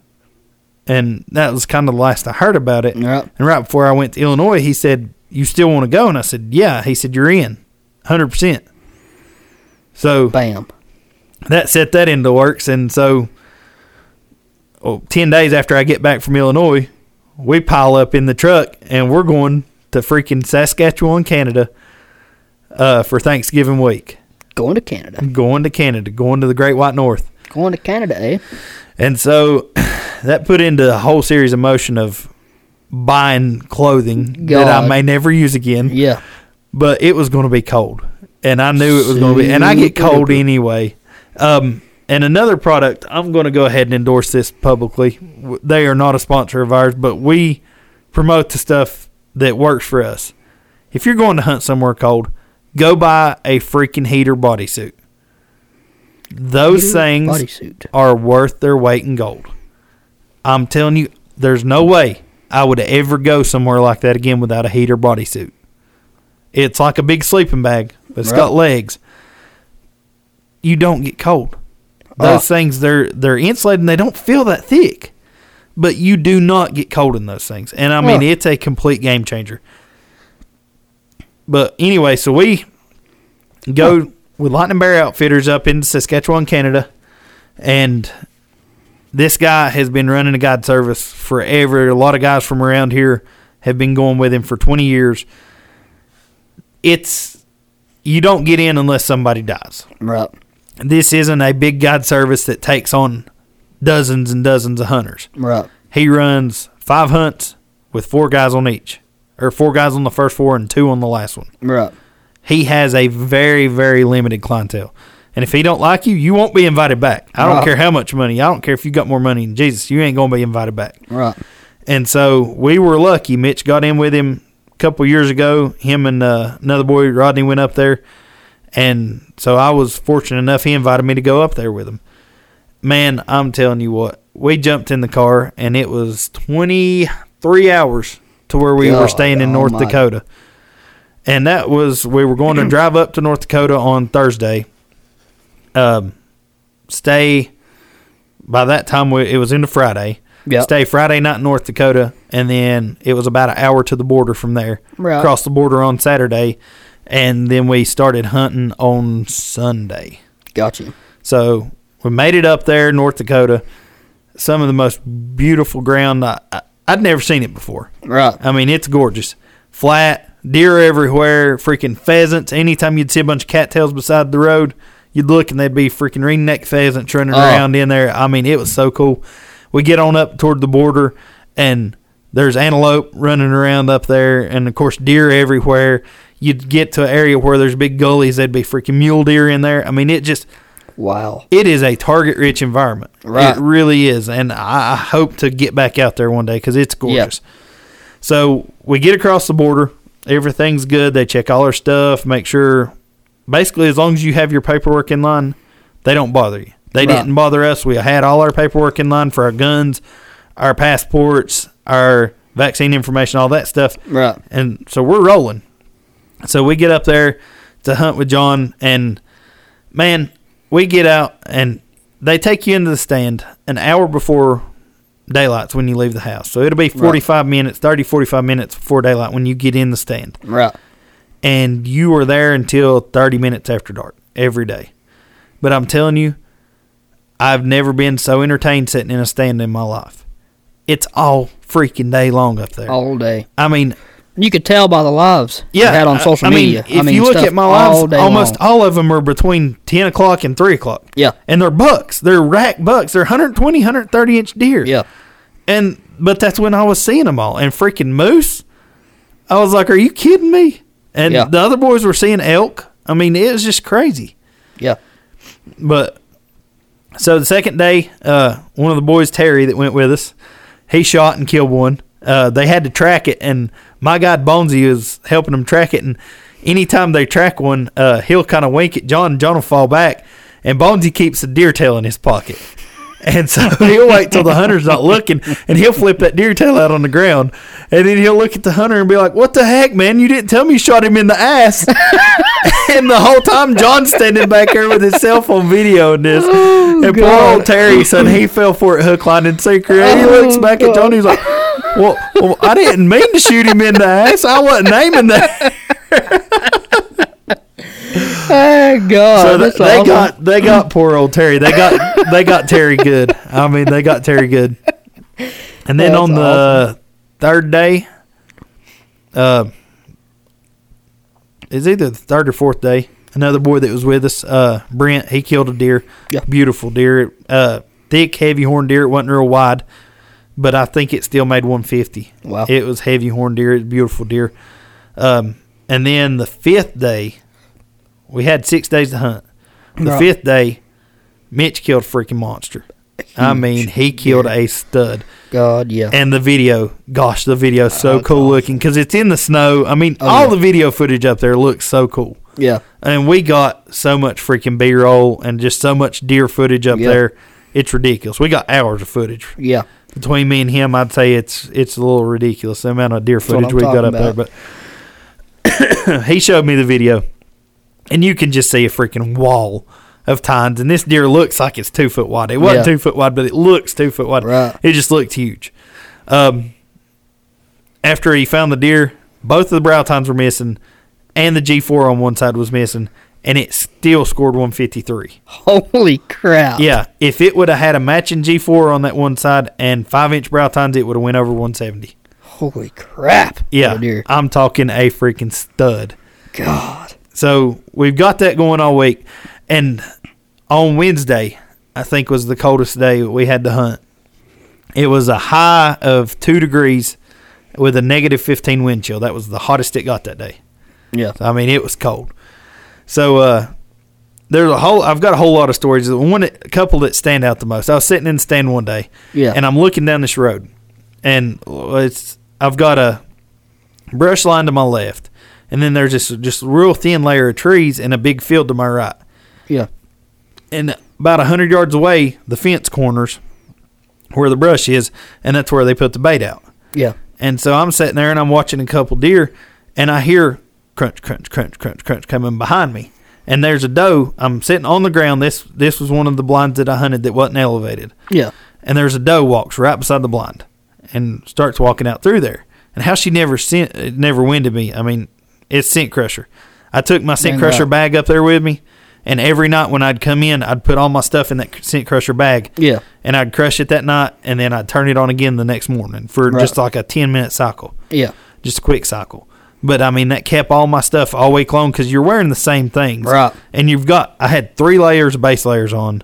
And that was kind of the last I heard about it. Yep. And right before I went to Illinois, he said, "You still want to go?" And I said, "Yeah." He said, "You're in, hundred percent." So Bam. that set that into works. And so, oh, 10 days after I get back from Illinois, we pile up in the truck and we're going to freaking Saskatchewan, Canada uh, for Thanksgiving week. Going to Canada. Going to Canada, going to the Great White North. Going to Canada, eh? And so that put into a whole series of motion of buying clothing that I God. may never use again Yeah. but it was going to be cold, and I knew it was going to be. And I get cold anyway. Um, and another product, I'm going to go ahead and endorse this publicly. W- They are not a sponsor of ours, but we promote the stuff that works for us. If you're going to hunt somewhere cold, go buy a freaking heater bodysuit. Those Heater things bodysuit. are worth their weight in gold. I'm telling you, there's no way I would ever go somewhere like that again without a heater bodysuit. It's like a big sleeping bag, but it's got Right. legs. You don't get cold. Ah. Those things they're they're insulated and they don't feel that thick. But you do not get cold in those things. And I mean Yeah. it's a complete game changer. But anyway, so we go with Lightning Bear Outfitters up in Saskatchewan, Canada, and this guy has been running a guide service forever. A lot of guys from around here have been going with him for 20 years. It's you don't get in unless somebody dies. Right. This isn't a big guide service that takes on dozens and dozens of hunters. Right. He runs five hunts with four guys on each, or four guys on the first four and two on the last one. Right. He has a very, very limited clientele. And if he don't like you, you won't be invited back. I don't Right. care how much money. I don't care if you got more money than Jesus. You ain't going to be invited back. Right. And so we were lucky. Mitch got in with him a couple years ago. Him and uh, another boy, Rodney, went up there. And so I was fortunate enough. He invited me to go up there with him. Man, I'm telling you what, we jumped in the car and it was 23 hours to where we were God staying in North almighty. Dakota. And that was, we were going to drive up to North Dakota on Thursday. Um, stay, by that time, we, it was into Friday. Yep. Stay Friday night in North Dakota, and then it was about an hour to the border from there. Right. Across the border on Saturday, and then we started hunting on Sunday. Got you. So we made it up there, in North Dakota. Some of the most beautiful ground I, I, I'd never seen it before. Right. I mean, it's gorgeous. Flat, deer everywhere, freaking pheasants. Anytime you'd see a bunch of cattails beside the road, you'd look and they'd be freaking ringneck pheasants running Oh. around in there. I mean, it was so cool. We get on up toward the border and there's antelope running around up there, and of course, deer everywhere. You'd get to an area where there's big gullies, there'd be freaking mule deer in there. I mean, it just Wow. it is a target rich environment. Right. It really is. And I I hope to get back out there one day because it's gorgeous. So we get across the border. Everything's good. They check all our stuff, make sure. Basically, as long as you have your paperwork in line, they don't bother you. They Right. didn't bother us. We had all our paperwork in line for our guns, our passports, our vaccine information, all that stuff. Right. And so we're rolling. So we get up there to hunt with John, and man, we get out and they take you into the stand an hour before daylight's when you leave the house. So it'll be 45 minutes, 30, 45 minutes before daylight when you get in the stand. Right. And you are there until 30 minutes after dark every day. But I'm telling you, I've never been so entertained sitting in a stand in my life. It's all freaking day long up there. All day. I mean, You could tell by the lives you had on I- social I mean, media. If you look stuff at my all lives, day almost long. all of them are between 10 o'clock and 3 o'clock. Yeah. And they're bucks. They're rack bucks. They're 120, 130 inch deer. Yeah. And, but that's when I was seeing them all. And freaking moose, I was like, are you kidding me? And Yeah. the other boys were seeing elk. I mean, it was just crazy. Yeah. But so the second day, uh, one of the boys, Terry, that went with us, he shot and killed one. Uh, they had to track it, and my guy Bonesy was helping them track it. And anytime they track one, uh, he'll kind of wink at John, and John will fall back, and Bonesy keeps the deer tail in his pocket. And so he'll wait till the hunter's not looking, and he'll flip that deer tail out on the ground, and then he'll look at the hunter and be like, "What the heck, man? You didn't tell me you shot him in the ass." and the whole time John's standing back there with his cell phone video and this. and poor old Terry son, he fell for it hook, line, and sinker. And he looks back at John, he's like, well, well, I didn't mean to shoot him in the ass. I wasn't aiming that. Thank God. So that's they awesome. got they got poor old Terry. They got they got Terry good. I mean, they got Terry good. And then That's on the awesome. third day, uh, it's either the third or fourth day. Another boy that was with us, uh, Brent, he killed a deer. Yeah. Beautiful deer. Uh, thick, heavy horn deer. It wasn't real wide, but I think it still made 150. Wow. It was heavy horn deer. It's beautiful deer. Um, and then the fifth day, we had six days to hunt. The Right. fifth day, Mitch killed a freaking monster. I mean, he killed a stud. God, yeah. And the video, gosh, the video's so cool looking because it's in the snow. I mean, all Oh, yeah. the video footage up there looks so cool. yeah. And we got so much freaking B roll and just so much deer footage up Yeah. there. It's ridiculous. We got hours of footage Yeah. between me and him. I'd say it's it's a little ridiculous the amount of deer what footage I'm we got up talking there. But he showed me the video, and you can just see a freaking wall of tines. And this deer looks like it's two foot wide. It wasn't Yeah. two foot wide, but it looks two foot wide. Right. It just looked huge. Um, after he found the deer, both of the brow tines were missing, and the G four on one side was missing, and it still scored one fifty three. Holy crap. Yeah, if it would have had a matching G4 on that one side and five inch brow tines, it would have went over 170. Holy crap. Yeah, Oh, dear. I'm talking a freaking stud. God. So we've got that going all week, and on Wednesday, I think was the coldest day we had to hunt. It was a high of two degrees with a negative 15 wind chill. That was the hottest it got that day. Yeah. I mean, it was cold. So uh, there's a whole. I've got a whole lot of stories. The One, that- a couple that stand out the most. I was sitting in the stand one day, Yeah. and I'm looking down this road, and it's I've got a brush line to my left, and then there's just just a real thin layer of trees and a big field to my right Yeah. and about a hundred yards away, the fence corners where the brush is, and that's where they put the bait out. Yeah. And so I'm sitting there and I'm watching a couple deer, and I hear crunch, crunch, crunch, crunch, crunch coming behind me. And there's a doe. I'm sitting on the ground. This this was one of the blinds that I hunted that wasn't elevated. Yeah. And there's a doe walks right beside the blind, and starts walking out through there. And how she never sent, it never winded me. I mean, it's scent crusher. I took my scent Dang crusher right. bag up there with me, and every night when I'd come in, I'd put all my stuff in that scent crusher bag. Yeah. And I'd crush it that night, and then I'd turn it on again the next morning for Right. just like a ten minute cycle Yeah. just a quick cycle. But I mean, that kept all my stuff all week long because you're wearing the same things, Right. And you've got I had three layers of base layers on,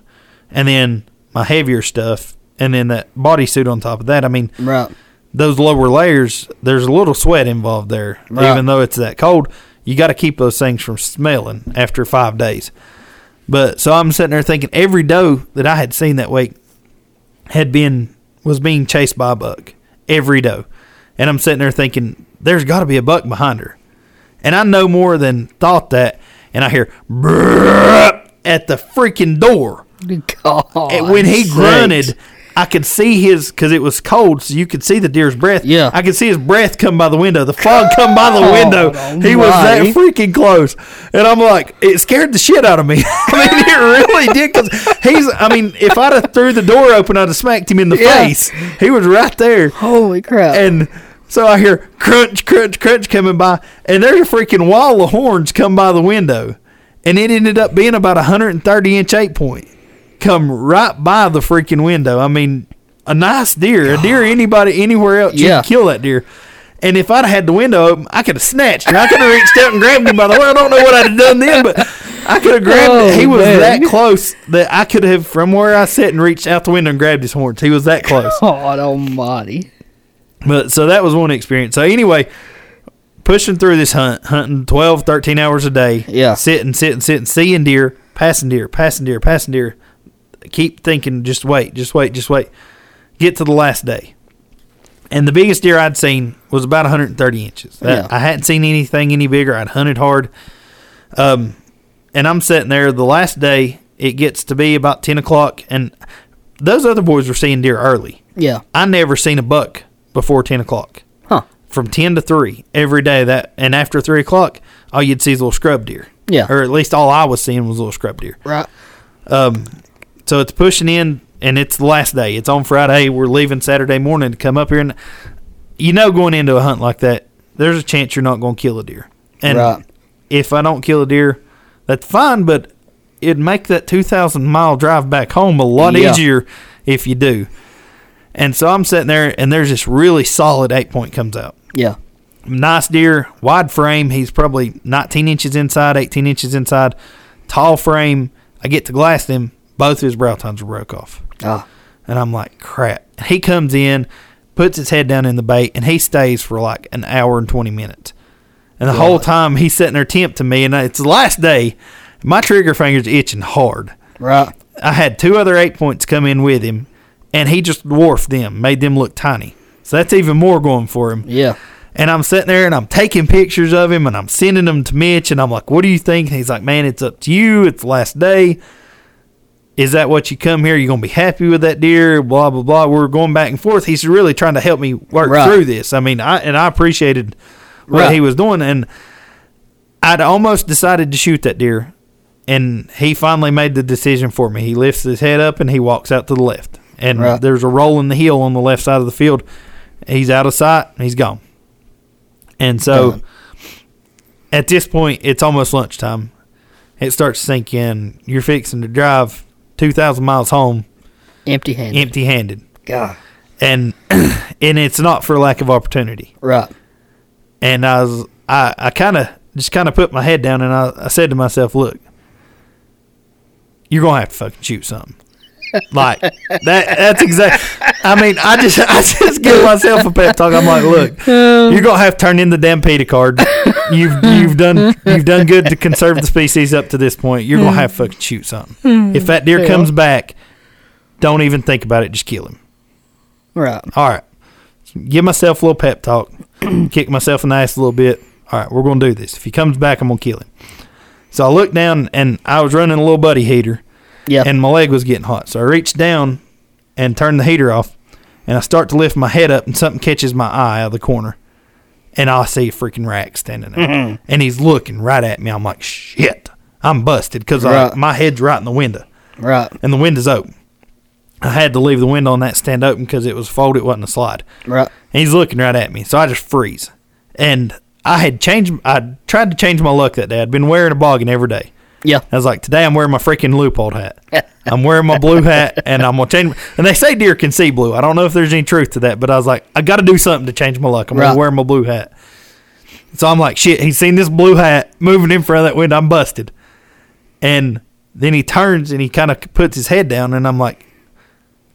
and then my heavier stuff, and then that bodysuit on top of that. I mean, Right. those lower layers, there's a little sweat involved there, Right. even though it's that cold. You got to keep those things from smelling after five days. But so I'm sitting there thinking every doe that I had seen that week had been was being chased by a buck every doe, and I'm sitting there thinking there's got to be a buck behind her, and I no more than thought that, and I hear "Brrrr" at the freaking door. God. And when he sakes. grunted, I could see his because it was cold, so you could see the deer's breath. Yeah. I could see his breath come by the window, the fog come by the God window. He was that almighty. freaking close, and I'm like, it scared the shit out of me. I mean, it really did because he's. I mean, if I'd have threw the door open, I'd have smacked him in the Yeah. face. He was right there Holy crap. and so I hear crunch, crunch, crunch coming by, and there's a freaking wall of horns come by the window, and it ended up being about a 130 inch eight point come right by the freaking window. I mean, a nice deer, a deer anybody anywhere else, you Yeah. could kill that deer. And if I'd have had the window open, I could have snatched him. I could have reached out and grabbed him by the way. I don't know what I'd have done then, but I could have grabbed Oh, He was man. that close that I could have, from where I sit and reached out the window and grabbed his horns. He was that close. God almighty. But so that was one experience. So anyway, pushing through this hunt, hunting 12, 13 hours a day. Yeah. Sitting, sitting, sitting, seeing deer, passing deer, passing deer, passing deer. Keep thinking, just wait, just wait, just wait. Get to the last day. And the biggest deer I'd seen was about 130 inches. That- Yeah. I hadn't seen anything any bigger. I'd hunted hard. Um, and I'm sitting there the last day. It gets to be about 10 o'clock. And those other boys were seeing deer early. Yeah. I never seen a buck before ten o'clock. Huh. From ten to three every day that and after three o'clock, all you'd see is little scrub deer. Yeah. Or at least all I was seeing was little scrub deer. Right. So it's pushing in and it's the last day. It's on Friday. We're leaving Saturday morning to come up here and you know going into a hunt like that, there's a chance you're not gonna kill a deer. And Right. if I don't kill a deer, that's fine, but it'd make that two thousand mile drive back home a lot Yeah. easier if you do. And so I'm sitting there and there's this really solid eight point comes out Yeah. nice deer, wide frame. He's probably 19 inches inside, 18 inches inside, tall frame. I get to glass him. Both his brow tines are broke off. Ah. And I'm like, crap. He comes in, puts his head down in the bait, and he stays for like an hour and 20 minutes. And the whole time he's sitting there tempting me. And it's the last day. My trigger finger's itching hard. Right. I had two other eight points come in with him, and he just dwarfed them, made them look tiny. So that's even more going for him. Yeah. And I'm sitting there and I'm taking pictures of him and I'm sending them to Mitch and I'm like, what do you think? And he's like, man, it's up to you. It's the last day. Is that what you come here? you going to be happy with that deer? Blah, blah, blah. We're going back and forth. He's really trying to help me work Right. through this. I mean, I, and I appreciated what Right. he was doing. And I'd almost decided to shoot that deer. And he finally made the decision for me. He lifts his head up and he walks out to the left. And Right. there's a roll in the hill on the left side of the field. He's out of sight. He's gone. And so Done. at this point, it's almost lunchtime. It starts to sink in. You're fixing to drive 2,000 miles home Empty handed. empty handed. God. And, and it's not for lack of opportunity. Right. And I was, I, I kind of just kind of put my head down and I, I said to myself, look, you're going to have to fucking shoot something. Like that. That's exact. I mean, I just I just give myself a pep talk. I'm like, look, you're gonna have to turn in the damn PETA card. You've you've done you've done good to conserve the species up to this point. You're gonna have to fucking shoot something. If that deer Yeah. comes back, don't even think about it. Just kill him. Right. All right. Give myself a little pep talk. kick myself in the ass a little bit. All right, we're going to do this. If he comes back, I'm going to kill him. So I looked down and I was running a little buddy heater Yeah. and my leg was getting hot. So I reached down and turned the heater off and I start to lift my head up and something catches my eye out of the corner. And I see a freaking rack standing there. And he's looking right at me. I'm like, shit, I'm busted because Right. my head's right in the window right. and the window's open. I had to leave the window on that stand open because it was folded, it wasn't a slide. Right. And he's looking right at me, so I just freeze. And I had changed, I tried to change my luck that day. I'd been wearing a boggin every day. Yeah. I was like, today I'm wearing my freaking loophole hat. I'm wearing my blue hat, and I'm gonna change. And they say deer can see blue. I don't know if there's any truth to that, but I was like, I got to do something to change my luck. I'm Right. gonna wear my blue hat. So I'm like, shit. He's seen this blue hat moving in front of that window. I'm busted. And then he turns and he kind of puts his head down, and I'm like,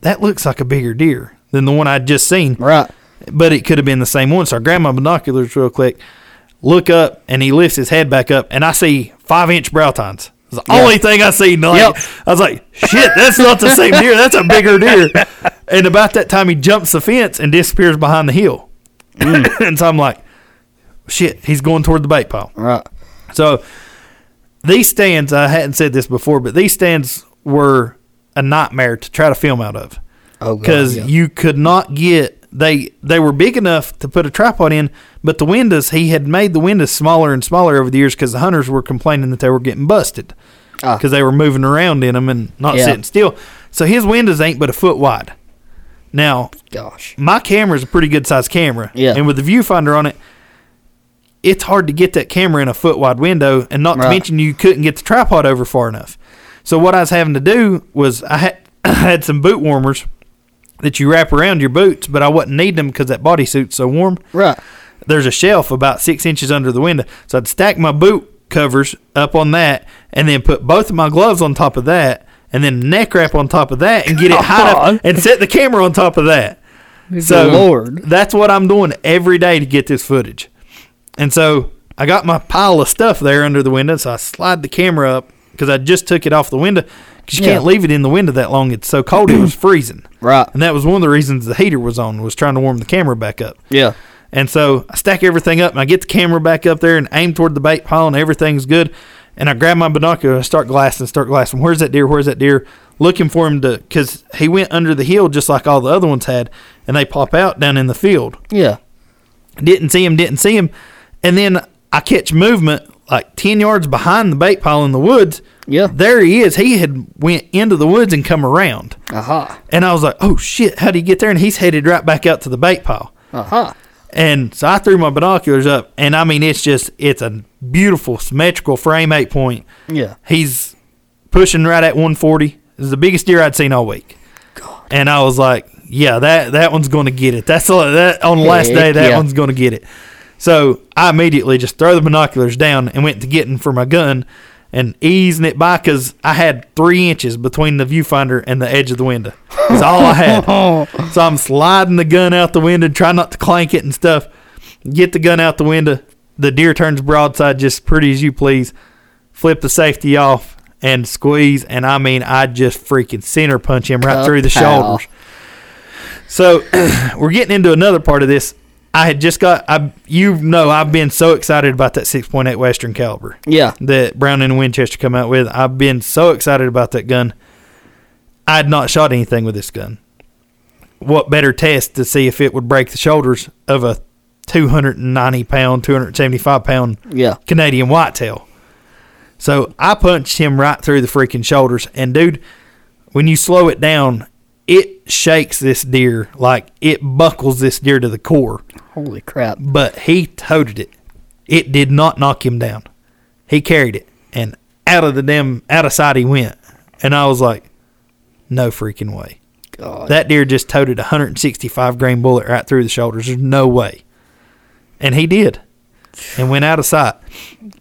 that looks like a bigger deer than the one I'd just seen Right. but it could have been the same one. So I grab my binoculars real quick, look up, and he lifts his head back up, and I see five inch brow tines. It's the Yeah. only thing I see. Like, Yep. I was like, shit, that's not the same deer. That's a bigger deer. And about that time, he jumps the fence and disappears behind the hill. Mm. and so I'm like, shit, he's going toward the bait pile. Right. So these stands, I hadn't said this before, but these stands were a nightmare to try to film out of Oh, God, because yeah. you could not get they they were big enough to put a tripod in, but the windows he had made the windows smaller and smaller over the years because the hunters were complaining that they were getting busted Ah. because they were moving around in them and not Yeah. sitting still. So his windows ain't but a foot wide. Now Gosh. my camera's a pretty good sized camera. Yeah. And with the viewfinder on it, it's hard to get that camera in a foot wide window, and not to Right. mention you couldn't get the tripod over far enough. So what I was having to do was I had, I had some boot warmers that you wrap around your boots, but I wasn't needing them because that bodysuit's so warm. Right. There's a shelf about six inches under the window, so I'd stack my boot covers up on that, and then put both of my gloves on top of that, and then neck wrap on top of that, and get it high God. up, and set the camera on top of that. So Lord. that's what I'm doing every day to get this footage. And so I got my pile of stuff there under the window, so I slide the camera up because I just took it off the window because you Yeah. can't leave it in the window that long. It's so cold it was freezing. Right. And that was one of the reasons the heater was on was trying to warm the camera back up. Yeah. And so I stack everything up and I get the camera back up there and aim toward the bait pile and everything's good. And I grab my binocular and I start glassing, start glassing. Where's that deer? Where's that deer? Looking for him to, because he went under the hill just like all the other ones had, and they pop out down in the field. Yeah. Didn't see him, didn't see him. And then I catch movement like 10 yards behind the bait pile in the woods. Yeah. There he is. He had went into the woods and come around. Aha. And I was like, oh shit, how'd he get there? And he's headed right back out to the bait pile. Aha. And so I threw my binoculars up, and I mean, it's just it's a beautiful symmetrical frame eight point. Yeah. He's pushing right at 140. It's the biggest deer I'd seen all week. God. And I was like, yeah, that that one's going to get it. That's all, that on the last day, Heck that yeah. one's going to get it. So I immediately just throw the binoculars down and went to getting for my gun and easing it by because I had three inches between the viewfinder and the edge of the window. That's all I had. So I'm sliding the gun out the window, try not to clank it and stuff. Get the gun out the window. The deer turns broadside, just pretty as you please. Flip the safety off and squeeze, and I mean, I just freaking center punch him right through the Ka-pow. shoulders. So we're getting into another part of this. I had just got I you know I've been so excited about that 6.8 Western caliber Yeah. that Brown and Winchester come out with. I've been so excited about that gun. I had not shot anything with this gun. What better test to see if it would break the shoulders of a 290 pound, 275 pound Yeah. Canadian whitetail? So I punched him right through the freaking shoulders. And dude, when you slow it down, it shakes this deer like it buckles this deer to the core Holy crap. but he toted it. It did not knock him down. He carried it, and out of the damn out of sight he went. And I was like, no freaking way. God. That deer just toted a 165 grain bullet right through the shoulders. There's no way. And he did, and went out of sight.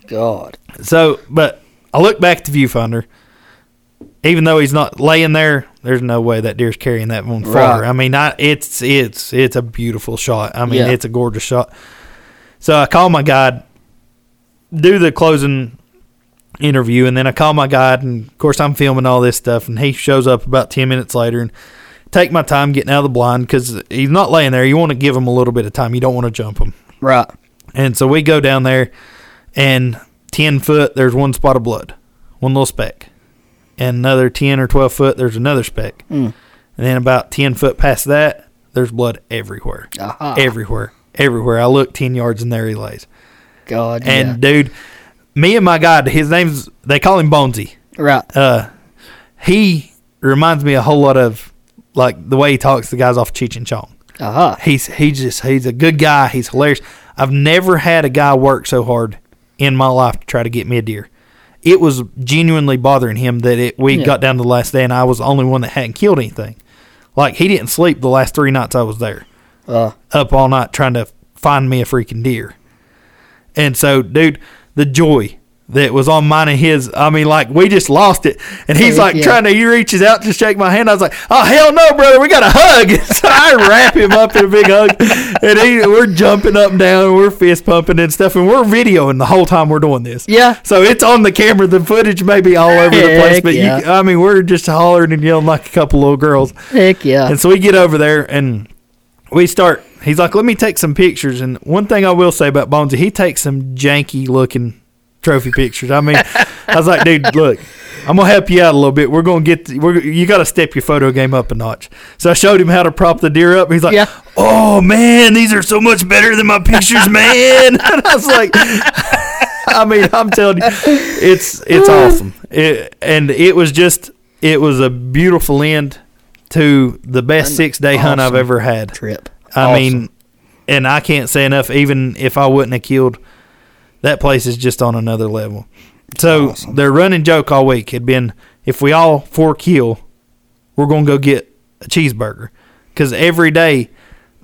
God. So, but I look back at the viewfinder. even though he's not laying there, there's no way that deer's carrying that one far. Right. I mean, I it's it's it's a beautiful shot. I mean, Yeah. it's a gorgeous shot. So I call my guide, do the closing interview, and then I call my guide, and of course I'm filming all this stuff, and he shows up about ten minutes later, and take my time getting out of the blind because he's not laying there. You want to give him a little bit of time. You don't want to jump him. Right. And so we go down there, and 10 foot, there's one spot of blood, one little speck. And another 10 or 12 foot, there's another speck. And then about 10 foot past that, there's blood everywhere. Aha. Everywhere. Everywhere. I look 10 yards, and there he lays. God. And dude, me and my guy, his name's, they call him Bonesy yeah. Right. uh, he reminds me a whole lot of like the way he talks to the guys off Cheech and Chong. Aha. He's he just he's a good guy. He's hilarious. I've never had a guy work so hard in my life to try to get me a deer. It was genuinely bothering him that it we Yeah. got down to the last day and I was the only one that hadn't killed anything. Like he didn't sleep the last three nights I was there Uh, up all night trying to find me a freaking deer. And so, dude, the joy that was on mine and his, I mean, like, we just lost it. And he's like Yeah. trying to, he reaches out to shake my hand. I was like, oh, hell no, brother, we got a hug. so I wrap him up in a big hug. And he, we're jumping up and down, and we're fist pumping and stuff. And we're videoing the whole time we're doing this. Yeah. So it's on the camera. The footage may be all over the place, Heck but yeah. you, I mean, we're just hollering and yelling like a couple little girls. heck yeah. And so we get over there and we start. He's like, let me take some pictures. And one thing I will say about Bonesy, he takes some janky looking trophy pictures. I mean, I was like, dude, look, I'm gonna help you out a little bit. We're gonna get. The, we're you got to step your photo game up a notch. So I showed him how to prop the deer up. He's like, Yeah. oh man, these are so much better than my pictures, man. and I was like. I mean, I'm telling you, it's it's awesome. It, and it was just it was a beautiful end to the best six day hunt I've awesome ever had. Trip. I Awesome. mean, and I can't say enough. Even if I wouldn't have killed, that place is just on another level. So their running joke all week had been, if we all four kill, we're gonna go get a cheeseburger, because every day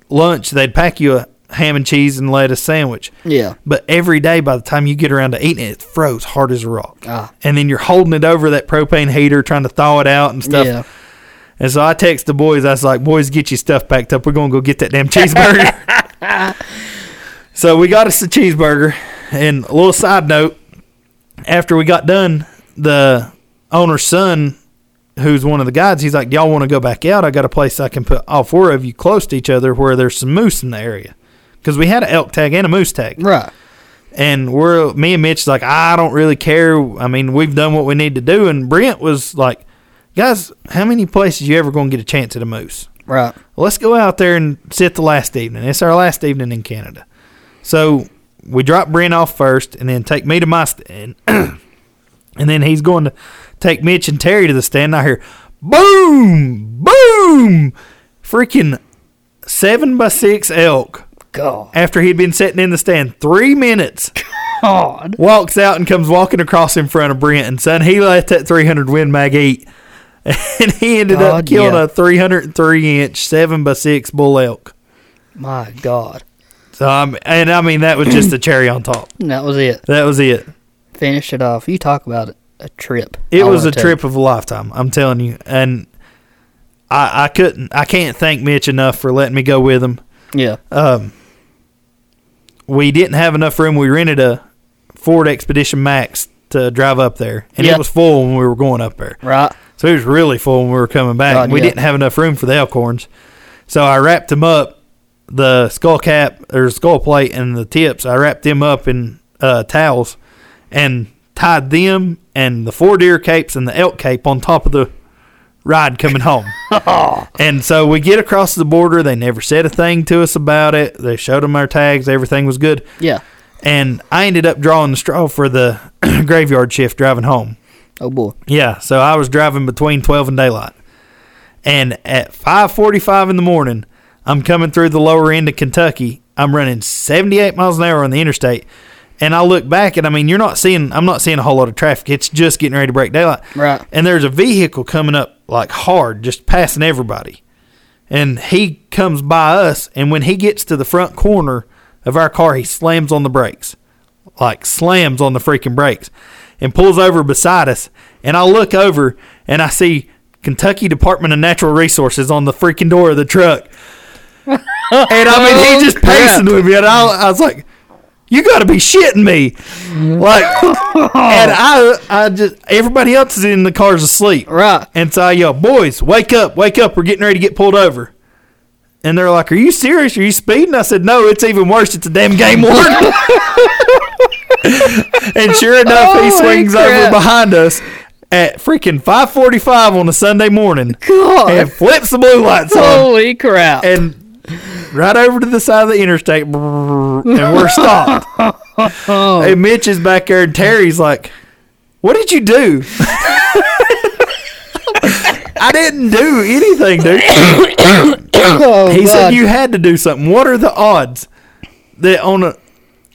lunch they'd pack you a ham and cheese and lettuce sandwich. Yeah. But every day, by the time you get around to eating it, it's froze hard as a rock. Ah. And then you're holding it over that propane heater, trying to thaw it out and stuff. Yeah. And so I text the boys. I was like, "Boys, get your stuff packed up. We're gonna go get that damn cheeseburger." so we got us the cheeseburger. And a little side note: after we got done, the owner's son, who's one of the guides, he's like, "Y'all want to go back out? I got a place I can put all four of you close to each other, where there's some moose in the area." Because we had an elk tag and a moose tag Right. and we're me and Mitch like I don't really care. I mean, we've done what we need to do. And Brent was like, guys, how many places you ever gonna get a chance at a moose? Right. Let's go out there and sit the last evening. It's our last evening in Canada, so we drop Brent off first, and then take me to my stand, and then he's going to take Mitch and Terry to the stand. And I hear boom, boom, freaking seven by six elk. God. After he'd been sitting in the stand three minutes, God. walks out and comes walking across in front of Brent. And son, he let that 300 Win Mag eat. And he ended up God, killing Oh, yeah. a 303 inch, 7 by 6 bull elk. My God. So, I'm, and I mean, that was just the cherry on top. And that was it. That was it. Finished it off. You talk about it. A trip. It I was wanna a tell trip of a lifetime. I'm telling you. And I, I couldn't, I can't thank Mitch enough for letting me go with him. you. Yeah. Um, we didn't have enough room. We rented a Ford Expedition Max to drive up there, and Yeah. it was full when we were going up there. Right. So it was really full when we were coming back. God, we yeah. didn't have enough room for the elkhorns. So I wrapped them up, the skull cap or skull plate and the tips, I wrapped them up in uh, towels and tied them and the four deer capes and the elk cape on top of the ride coming home. and so we get across the border. They never said a thing to us about it. They showed them our tags. Everything was good. Yeah. And I ended up drawing the straw for the graveyard shift driving home. Oh boy. Yeah, so I was driving between twelve and daylight, and at five forty-five in the morning, I'm coming through the lower end of Kentucky. I'm running seventy-eight miles an hour on the interstate, and I look back, and I mean, you're not seeing, I'm not seeing a whole lot of traffic. It's just getting ready to break daylight, Right. And there's a vehicle coming up like hard, just passing everybody, and he comes by us, and when he gets to the front corner of our car, he slams on the brakes, like slams on the freaking brakes. and pulls over beside us. And I look over and I see Kentucky Department of Natural Resources on the freaking door of the truck. and I mean, Oh, he just crap. pacing with me. And I, I was like, you got to be shitting me. Like, and I, I just, everybody else is in the cars asleep. Right. And so I yell, boys, wake up, wake up. We're getting ready to get pulled over. And they're like, are you serious? Are you speeding? I said, no, it's even worse. It's a damn game warden. and sure enough, Holy he swings crap. over behind us at freaking 545 on a Sunday morning God. Oh. and flips the blue lights on Holy crap. and right over to the side of the interstate brrr, and we're stopped. Oh, And Mitch is back there and Terry's like, what did you do? I didn't do anything, dude. oh, He said God. you had to do something. What are the odds that on a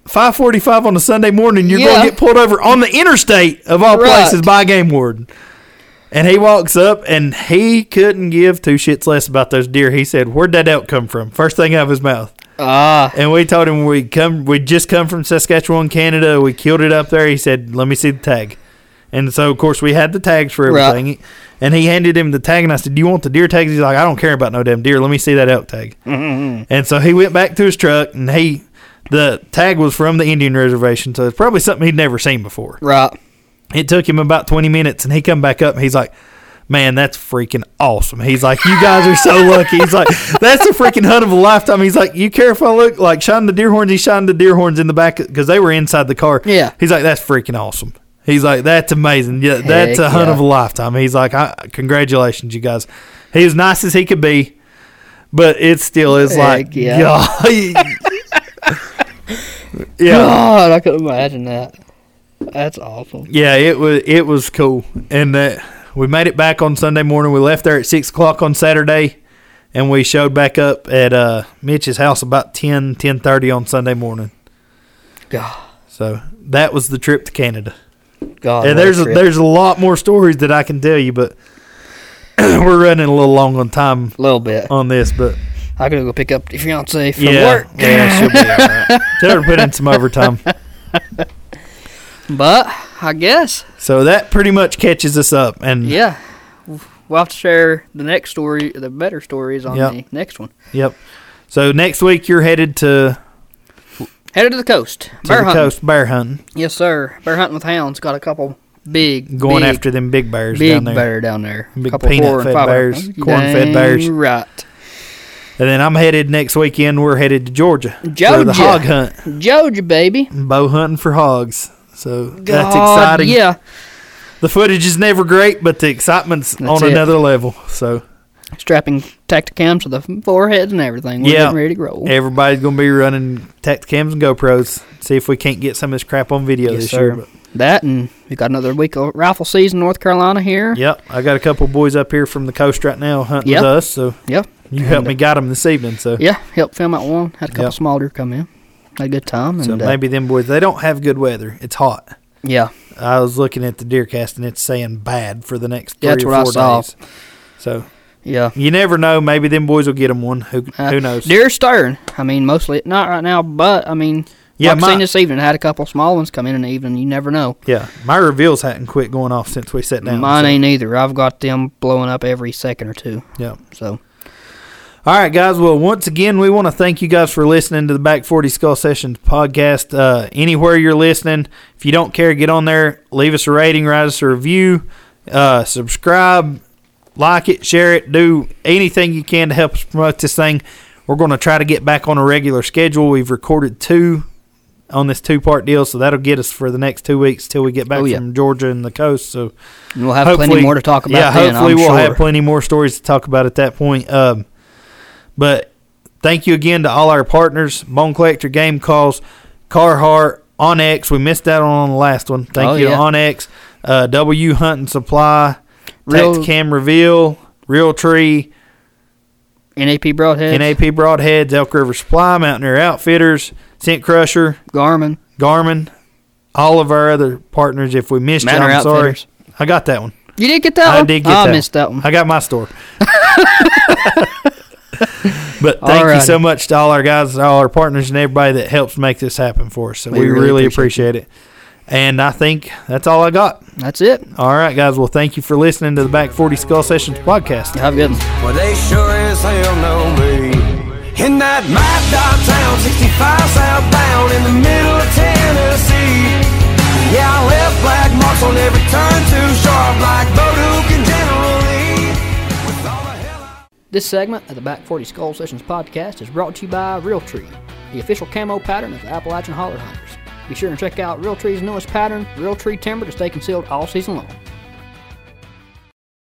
5:45 on a Sunday morning you're going Yeah. to get pulled over on the interstate of all Right. places by a game warden? And he walks up and he couldn't give two shits less about those deer. He said, "Where'd that elk come from?" First thing out of his mouth. Ah. And we told him we come we just come from Saskatchewan, Canada. We killed it up there. He said, "Let me see the tag." And so of course we had the tags for Right. everything. And he handed him the tag and I said, "Do you want the deer tags?" He's like, "I don't care about no damn deer. Let me see that elk tag." And so he went back to his truck and he the tag was from the Indian reservation, so it's probably something he'd never seen before. right. It took him about 20 minutes and he come back up and he's like, Man, that's freaking awesome. He's like, You guys are so lucky. He's like, That's the freaking hunt of a lifetime. He's like, You care if I look like shine the deer horns? He shined the deer horns in the back because they were inside the car. Yeah. He's like, That's freaking awesome. He's like, That's amazing. Yeah, that's Heck a hunt yeah. of a lifetime. He's like, I, Congratulations, you guys. He was nice as he could be, but it still is Heck like, yeah. yeah. yeah. God, I could imagine that. That's awful. Yeah, it was it was cool, and that we made it back on Sunday morning. We left there at six o'clock on Saturday, and we showed back up at uh, Mitch's house about 10, 10.30 on Sunday morning. God. So that was the trip to Canada. God. And what a there's a, trip. there's a lot more stories that I can tell you, but we're running a little long on time little bit. on this. But I gotta go pick up the fiance from yeah, work. yeah, she'll be all right. Tell her to put in some overtime. But I guess, So that pretty much catches us up, and yeah, we'll have to share the next story, the better stories on Yep. the next one. yep. So next week you're headed to, Headed to the coast, to bear the hunting. coast bear hunting. Yes, sir. Bear hunting with hounds. Got a couple big going big, after them big bears big down there. bear down there. Big couple peanut four and fed five bears, corn-fed bears. Right, And then I'm headed next weekend. We're headed to Georgia for Georgia. the hog hunt, Georgia baby. bow hunting for hogs. So that's God, exciting. Yeah, The footage is never great, but the excitement's on it. another level. So strapping tacticams to the foreheads and everything. We're Yeah. getting ready to roll. everybody's gonna be running Tacticams and GoPros. See if we can't get some of this crap on video Yes, this sir. year. But, That and we got another week of rifle season, North Carolina here. yep, I got a couple boys up here from the coast right now hunting Yep. with us. So Yep. you helped me guide them this evening. So Yeah, helped film out one. Had a couple Yep. small deer come in. Had a good time. And, so uh, maybe them boys they don't have good weather. It's hot. yeah, I was looking at the deer cast and it's saying bad for the next three That's or what I four saw. days. So yeah. You never know. Maybe them boys will get them one. Who Uh, who knows? Deer stirring. I mean, mostly not right now, but I mean, Yeah, like I seen my- this evening. Had a couple small ones come in in the evening. You never know. yeah, my reveals hadn't quit going off since we sat down. Mine so, ain't either. I've got them blowing up every second or two. Yeah. So All right, guys. Well, once again, we want to thank you guys for listening to the Back Forty Skull Sessions podcast. Uh, anywhere you're listening, if you don't care, get on there, leave us a rating, write us a review, uh, subscribe, like it, share it, do anything you can to help us promote this thing. We're going to try to get back on a regular schedule. We've recorded two on this two part deal, so that'll get us for the next two weeks till we get back Oh, yeah. from Georgia and the coast. So we'll have plenty more to talk about. Yeah, then, hopefully I'm we'll sure. have plenty more stories to talk about at that point. Um, but thank you again to all our partners: Bone Collector, Game Calls, Carhartt, Onyx. We missed out on the last one. Thank Oh, you yeah. to Onyx, uh, W Hunt and Supply, Real- Tacticam Reveal, Real Tree, NAP Broadhead, NAP Broadheads, Elk River Supply, Mountaineer Outfitters, Scent Crusher, Garmin, Garmin. All of our other partners. If we missed Manor you, I'm sorry. Outfitters. I got that one. You did get that I one. did get Oh, I that. missed that one. I got my store. but thank you Alrighty. so much to all our guys, all our partners, and everybody that helps make this happen for us. So we, really, appreciate it. And I think that's all I got. That's it. All right, guys. Well, thank you for listening to the Back 40 Skull Sessions podcast. Have a good one. Well, they sure as hell know me. In that mad dog town, 65 southbound in the middle of Tennessee. Yeah, I left black marks on every turn, too sharp like Boduk and General Lee. With all the hell I- This segment of the Back 40 Skull Sessions podcast is brought to you by Realtree, the official camo pattern of the Appalachian Holler Hunters. Be sure and check out Realtree's newest pattern, Realtree Timber, to stay concealed all season long.